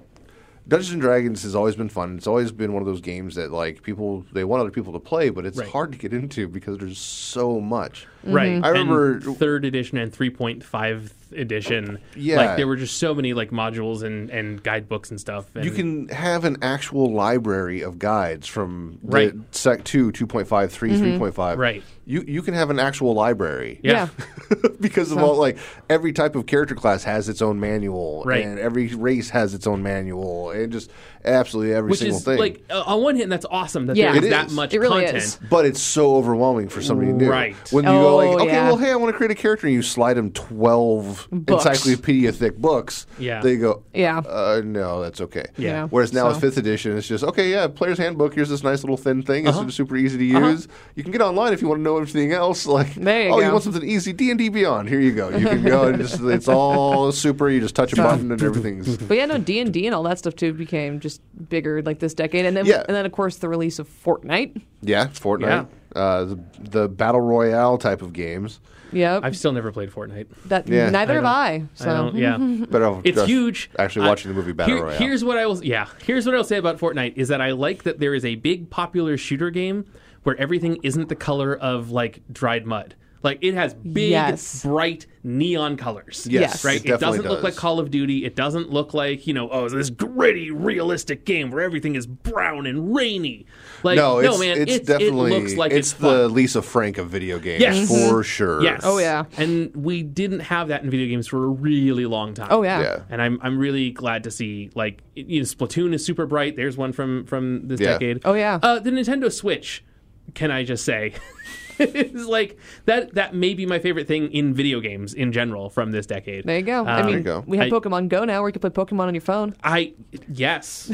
Dungeons and Dragons has always been fun. It's always been one of those games that like people they want other people to play, but it's Right. hard to get into because there's so much. mm-hmm. Right. I And remember- third edition and 3.5 edition. Yeah. Like there were just so many like modules and, and guidebooks and stuff. And You can have an actual library of guides from the Right. Sec 2, 2.5, 3, 3.5. Right. You you can have an actual library. Yeah. yeah. because of all like every type of character class has its own manual Right. and every race has its own manual and just absolutely every Which single is thing. like uh, on one hand that's awesome that Yeah. there is It that is. much It really content. is. but it's so overwhelming for somebody new. Right. When you go Oh, like, okay, yeah. well, hey, I want to create a character, and you slide them twelve Books. encyclopedia thick books. Yeah. They go, Yeah. uh, no, that's okay. Yeah. Whereas now So- with fifth edition, it's just okay, yeah, player's handbook. Here's this nice little thin thing. It's Uh-huh. super easy to use. You can get online if you want to know everything else. Like, Uh-huh. There you oh, go. you want something easy? D and D Beyond. Here you go. You can go and just it's all super. You just touch a button and everything's. but yeah no D and D and all that stuff too became just bigger like this decade and then Yeah. and then of course the release of Fortnite Yeah, Fortnite. Uh, the, the battle royale type of games. yep I've still never played Fortnite. that Yeah. neither I have I don't- so hmm. I don't, yeah. Better off It's just huge. Actually, I- watching the movie Battle here- Royale. Here's what I will. Yeah, here's what I'll say about Fortnite is that I like that there is a big popular shooter game where everything isn't the color of like dried mud. Like it has big, Yes. bright neon colors. Yes. right. it It, definitely doesn't look does. like Call of Duty. It doesn't look like you know, oh, it's this gritty, realistic game where everything is brown and rainy. Like no, it's, man, it's it- definitely it looks like it's, it's, the fun. Lisa Frank of video games Yes. Mm-hmm. for sure. Yes. Oh, yeah. And we didn't have that in video games for a really long time. oh yeah. Yeah. and I'm I'm really glad to see like you know Splatoon is super bright. There's one from from this Yeah. decade. Oh, yeah. uh, the Nintendo Switch. Can I just say, is like that that may be my favorite thing in video games in general from this decade. There you go. I Um, mean, go. we have I- Pokemon Go now, where you can play Pokemon on your phone. I yes,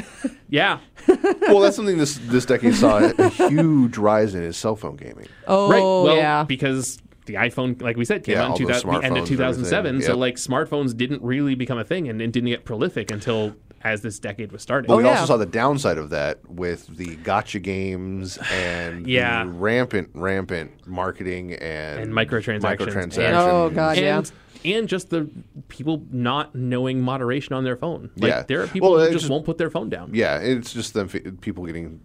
yeah. Well, that's something this this decade saw a huge rise in is cell phone gaming. Oh right. Well, yeah. because the iPhone, like we said, came Yeah, out all in those 2000, the end of smartphones, 2007. everything. So Yep. like smartphones didn't really become a thing and, and didn't get prolific until as this decade was starting. But we Oh, yeah. also saw the downside of that with the gotcha games and Yeah. the rampant, rampant marketing and, And microtransactions. microtransactions. Oh, God. and and just the people not knowing moderation on their phone. Like Yeah. there are people Well, who it just, just- won't put their phone down. Yeah, it's just them f- people getting.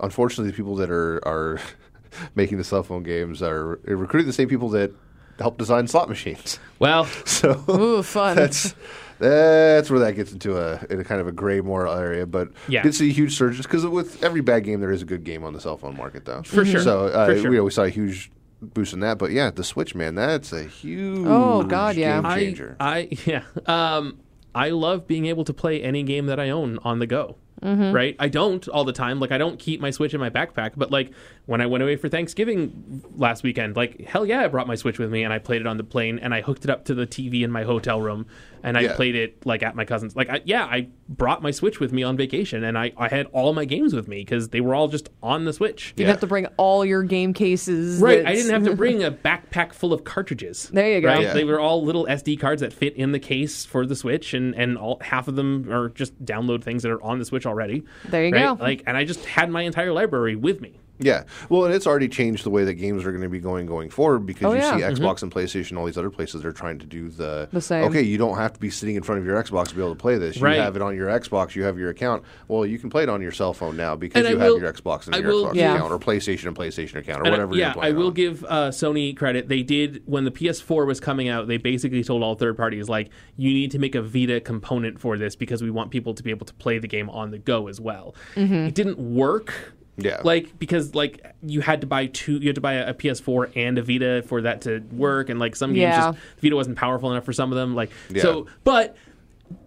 Unfortunately, the people that are are making the cell phone games are recruiting the same people that help design slot machines. Well, So Ooh, fun. that's that's where that gets into a in a kind of a gray moral area. But Yeah. did see a huge surge just because with every bad game there is a good game on the cell phone market though. For sure. So uh, For sure. we always saw a huge boost in that. But yeah, the Switch man, that's a huge Oh, God, yeah. game I, changer. I yeah. Um, I love being able to play any game that I own on the go. Right? I don't all the time. Like I don't keep my Switch in my backpack, but like when I went away for Thanksgiving last weekend, like hell yeah, I brought my Switch with me and I played it on the plane and I hooked it up to the TV in my hotel room and I Yeah. played it like at my cousin's. Like, I, yeah, I brought my Switch with me on vacation, and I, I had all my games with me because they were all just on the Switch. You Yeah. have to bring all your game cases. Right, I that's- didn't have to bring a backpack full of cartridges. There you go. Right? Yeah. They were all little SD cards that fit in the case for the Switch, and and all half of them are just download things that are on the Switch already. There you right? go. Like, and I just had my entire library with me. Yeah. Well, and it's already changed the way that games are going to be going going forward because Oh, you yeah. see Mm-hmm. Xbox and PlayStation, all these other places, they're trying to do the, The same. Okay, you don't have to be sitting in front of your Xbox to be able to play this. Right. You have it on your Xbox. You have your account. Well, you can play it on your cell phone now because And I you will- have your Xbox and I your will- Xbox Yeah. account, or PlayStation and PlayStation account, or And I- whatever. yeah, you're I playing will on. give uh, Sony credit. They did when the PS4 was coming out. They basically told all third parties like, you need to make a Vita component for this because we want people to be able to play the game on the go as well. It didn't work. Yeah. like because like you had to buy two, you had to buy a, a PS4 and a Vita for that to work, and like some games Yeah. just Vita wasn't powerful enough for some of them. Like Yeah. so, but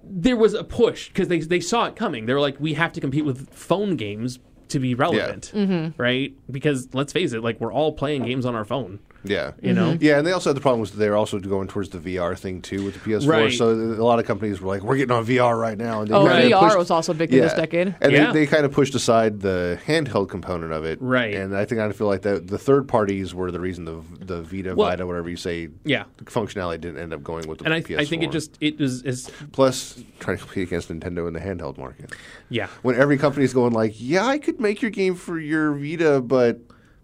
there was a push because they they saw it coming. They were like, we have to compete with phone games to be relevant, right? Because let's face it, like we're all playing games on our phone. Yeah. Mm-hmm. You know? Yeah, and they also had the problem was they were also going towards the VR thing too with the PS4. Right. So a lot of companies were like, "We're getting on VR right now." And they Oh, kinda VR pushed- was also big in yeah. this decade. and Yeah. they, they kind of pushed aside the handheld component of it. Right. And I think I feel like that the third parties were the reason the the Vita, Well- Vita, whatever you say, Yeah. functionality didn't end up going with the And I, PS4. I think it just it is, is plus trying to compete against Nintendo in the handheld market. yeah. When every company's going like, "Yeah, I could make your game for your Vita, but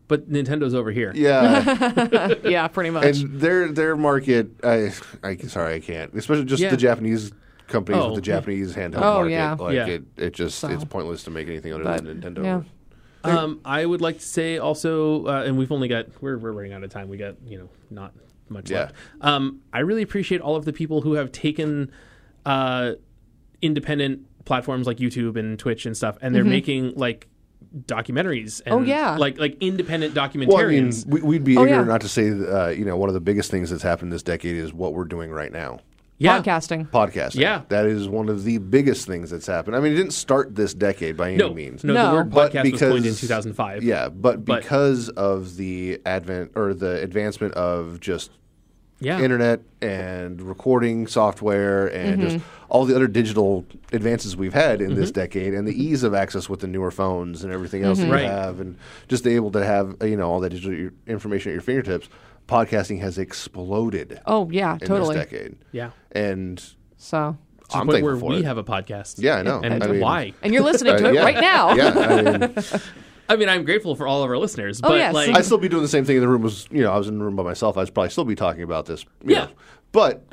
But Nintendo's over here. yeah." yeah, pretty much. and their their market I, I sorry I can't especially just Yeah. the Japanese companies Oh. with the Japanese handheld Oh, market yeah. like Yeah. it it just it's So. pointless to make anything other But, than Nintendo yeah. Um, I would like to say also, uh, and we've only got we're we're running out of time. We got you know not much Yeah. left. Um, I really appreciate all of the people who have taken uh, independent platforms like YouTube and Twitch and stuff, Mm-hmm. and they're making like documentaries. And, Oh, yeah. like like independent documentarians. well I mean we, we'd be Oh, ignorant yeah. not to say uh, you know one of the biggest things that's happened this decade is what we're doing right now yeah. Podcasting. podcasting Yeah. that is one of the biggest things that's happened I mean it didn't start this decade by any No, means no, the No. word But podcast was coined in because- 2005. yeah but But- because of the advent or the advancement of just yeah. internet and recording software and just all the other digital advances we've had in this decade and the ease of access with the newer phones and everything else that Right. you have and just able to have uh, you know all that digital your- information at your fingertips podcasting has exploded Oh yeah, in totally. this decade Yeah. and So, to the I'm point thankful where for we it. have a podcast. Yeah, I know. And I mean- why? and you're listening to Uh, it yeah. right now. yeah I mean I mean, I'm grateful for all of our listeners, but Oh, yes. like, I'd still be doing the same thing in the room. Was you know, I was in the room by myself. I'd probably still be talking about this. you Yeah. know. but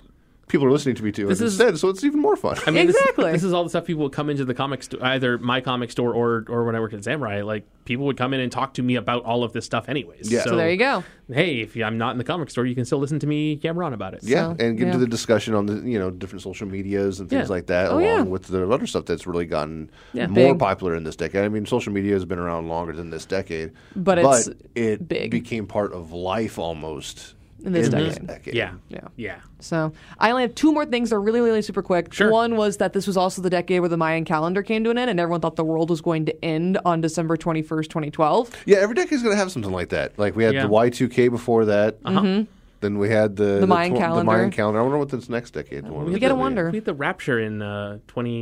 people are listening to me too This is- instead, so it's even more fun. I mean, this- Exactly. This, is all the stuff people would come into the comic store, either my comic store or or when I worked at Samurai. Like people would come in and talk to me about all of this stuff, anyways. Yeah. So So there you go. Hey, if I'm not in the comic store, you can still listen to me yammer on about it. Yeah, So, and get yeah. into the discussion on the you know different social medias and things Yeah. like that, Oh, along yeah. with the other stuff that's really gotten Yeah. more Big. popular in this decade. I mean, social media has been around longer than this decade, But it's it big. became part of life almost In this decade. Yeah. Yeah. Yeah. So I only have two more things. They're really, really super quick. Sure. One was that this was also the decade where the Mayan calendar came to an end, and everyone thought the world was going to end on December twenty first, twenty twelve. Yeah, every decade's going to have something like that. Like we had Yeah. the Y two K before that. Then we had the the Mm-hmm. Mayan The calendar. Mayan calendar. I wonder what this next decade. one You is gotta gonna be. wonder. We had the Rapture in uh,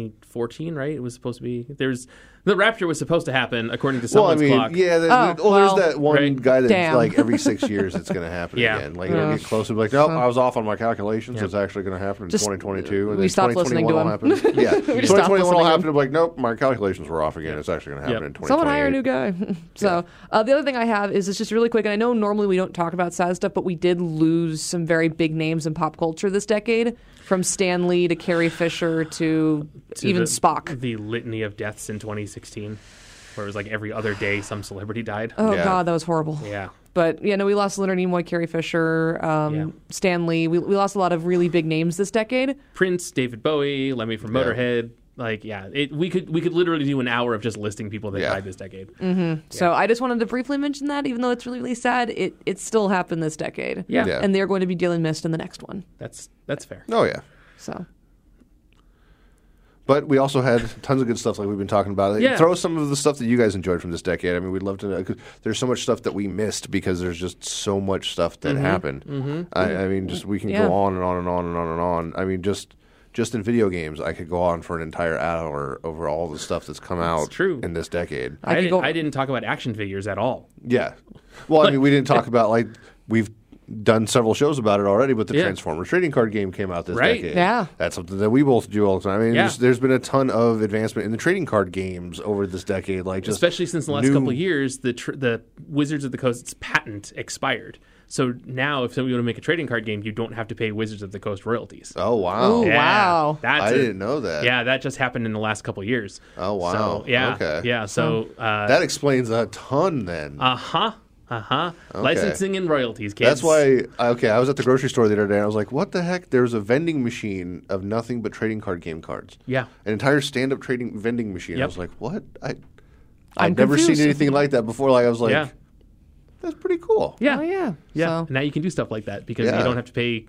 2014, right? It was supposed to be. There's the Rapture was supposed to happen according to Well, I someone's mean, clock. yeah. There, Oh, there- oh, well, there's that one Right. guy that's Damn. like every six years it's going to happen Yeah. again. Like it'll get close and be like, nope, I was off on my calculations. It's actually going to happen in Just- uh, 2022. And we then stopped listening 2021 to will happen. yeah, We just 2021 stopped will listening to happen. and be like, nope, my calculations were off again. It's actually going to happen Yep. in 2028. Someone hire a new guy. so uh, the other thing I have is it's just really quick, and I know normally we don't talk about sad stuff, but we did lose some very big names in pop culture this decade, from Stan Lee to Carrie Fisher to, To even the- Spock. The litany of deaths in 2016, where it was like every other day some celebrity died. Oh Yeah. God, that was horrible. Yeah. But yeah, no, we lost Leonard Nimoy, Carrie Fisher, um, Yeah. Stan Lee. We, we lost a lot of really big names this decade. Prince, David Bowie, Lemmy from Motorhead. Like, yeah, it, we could we could literally do an hour of just listing people that Yeah. died this decade. Mm-hmm. So I just wanted to briefly mention that, even though it's really, really sad, it, it still happened this decade. Yeah. Yeah. And they're going to be dealing missed in the next one. that's that's fair. Oh yeah. So But we also had tons of good stuff like we've been talking about. Yeah. Throw some of the stuff that you guys enjoyed from this decade. I mean, we'd love to know. 'cause there's so much stuff that we missed because there's just so much stuff that happened. I, I mean, just we can Yeah. go on and on and on and on and on. I mean, just just in video games, I could go on for an entire hour over all the stuff that's come out true. in this decade. I, could didn't, go- I didn't talk about action figures at all. Yeah. Well, I mean, we didn't talk about like we've done several shows about it already, but the Yeah. Transformers trading card game came out this Right. decade. Yeah. That's something that we both do all the time. I mean, Yeah. there's, there's been a ton of advancement in the trading card games over this decade, like just especially since the last new- couple of years, the tr- the Wizards of the Coast's patent expired. So now, if somebody want to make a trading card game, you don't have to pay Wizards of the Coast royalties. Oh wow. Ooh. Yeah, wow. that's I a- didn't know that. Yeah, that just happened in the last couple of years. Oh, wow. So, yeah, Okay. yeah. So uh That explains a ton then. huh, uh huh. Licensing and royalties. Kids. That's why okay, I was at the grocery store the other day and I was like, what the heck? There's a vending machine of nothing but trading card game cards. Yeah. An entire stand up trading vending machine. I Yep. was like, what? I I'm I'd never confused. seen anything like that before. Like I was like Yeah. that's pretty cool. Yeah. Oh yeah. So, Yeah. Now you can do stuff like that because Yeah. you don't have to pay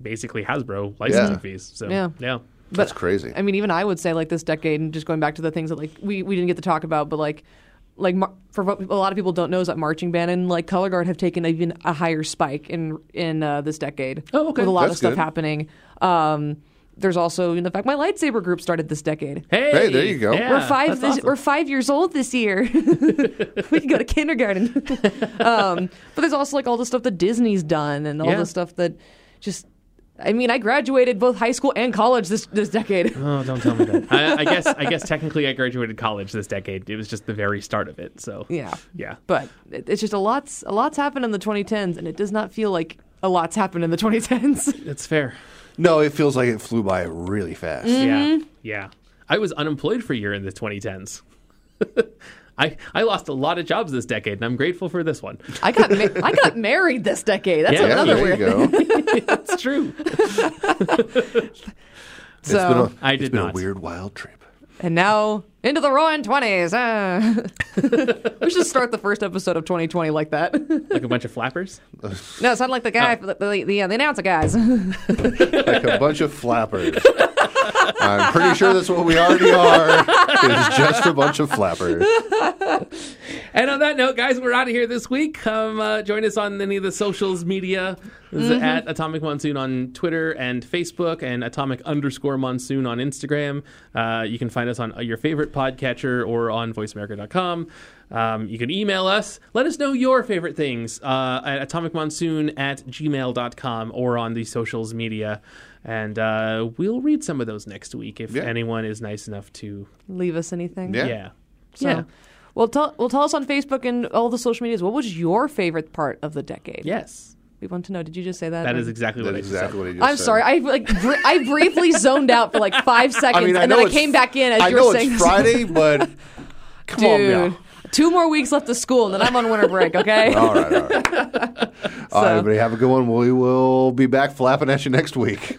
basically Hasbro licensing Yeah. fees. So Yeah. yeah. but That's crazy. I mean, even I would say like this decade, and just going back to the things that like we, we didn't get to talk about, but like like mar- for what a lot of people don't know is that marching band and like color guard have taken even a higher spike in in uh, this decade. Oh, okay. With a lot of That's stuff good. happening. Um, there's also in the fact my lightsaber group started this decade. Hey, Hey, there you go. yeah, we're five. that's This, awesome. We're five years old this year. we can go to kindergarten. um, but there's also like all the stuff that Disney's done and all Yeah. the stuff that just. I mean, I graduated both high school and college this this decade. Oh, don't tell me that. I, I guess I guess technically I graduated college this decade. It was just the very start of it. So Yeah. yeah. But it, it's just a lot's a lot's happened in the 2010s, and it does not feel like a lot's happened in the 2010s. That's fair. No, it feels like it flew by really fast. Mm-hmm. Yeah, yeah. I was unemployed for a year in the 2010s. I I lost a lot of jobs this decade, and I'm grateful for this one. I got ma- I got married this decade. That's Yeah. Yeah, another there weird. you go. it's true. It's been So a- I it's did been a not. weird wild trip. and now into the roaring 20s. ah. we should start the first episode of 2020 like that. Like a bunch of flappers. No, sound like the Oh. guy, the, the, the, uh, the announcer guys. Like a bunch of flappers. I'm pretty sure that's what we already are. It's just a bunch of flappers. And on that note, guys, we're out of here this week. Come uh, join us on any of the socials media This is Mm-hmm. at Atomic Monsoon on Twitter and Facebook, and Atomic underscore Monsoon on Instagram. Uh, you can find us on uh, your favorite podcatcher or on VoiceAmerica.com. Um, you can email us. Let us know your favorite things uh, at atomicmonsoon at gmail.com or on the socials media. And uh, we'll read some of those next week if Yeah. anyone is nice enough to. Leave us anything. Yeah. Yeah. So, Yeah. Well, tell well tell us on Facebook and all the social medias. What was your favorite part of the decade? Yes. we want to know. Did you just say that? That is exactly That's what I just said. exactly what he just I'm said. sorry. I like br- I briefly zoned out for like five seconds, I mean, I and know then I it's- came back in as I you know were saying. it's this. Friday, but come on Dude, now. Oh, two more weeks left of school, and then I'm on winter break. Okay. All right, all right. All right, everybody, have a good one. We will be back flapping at you next week.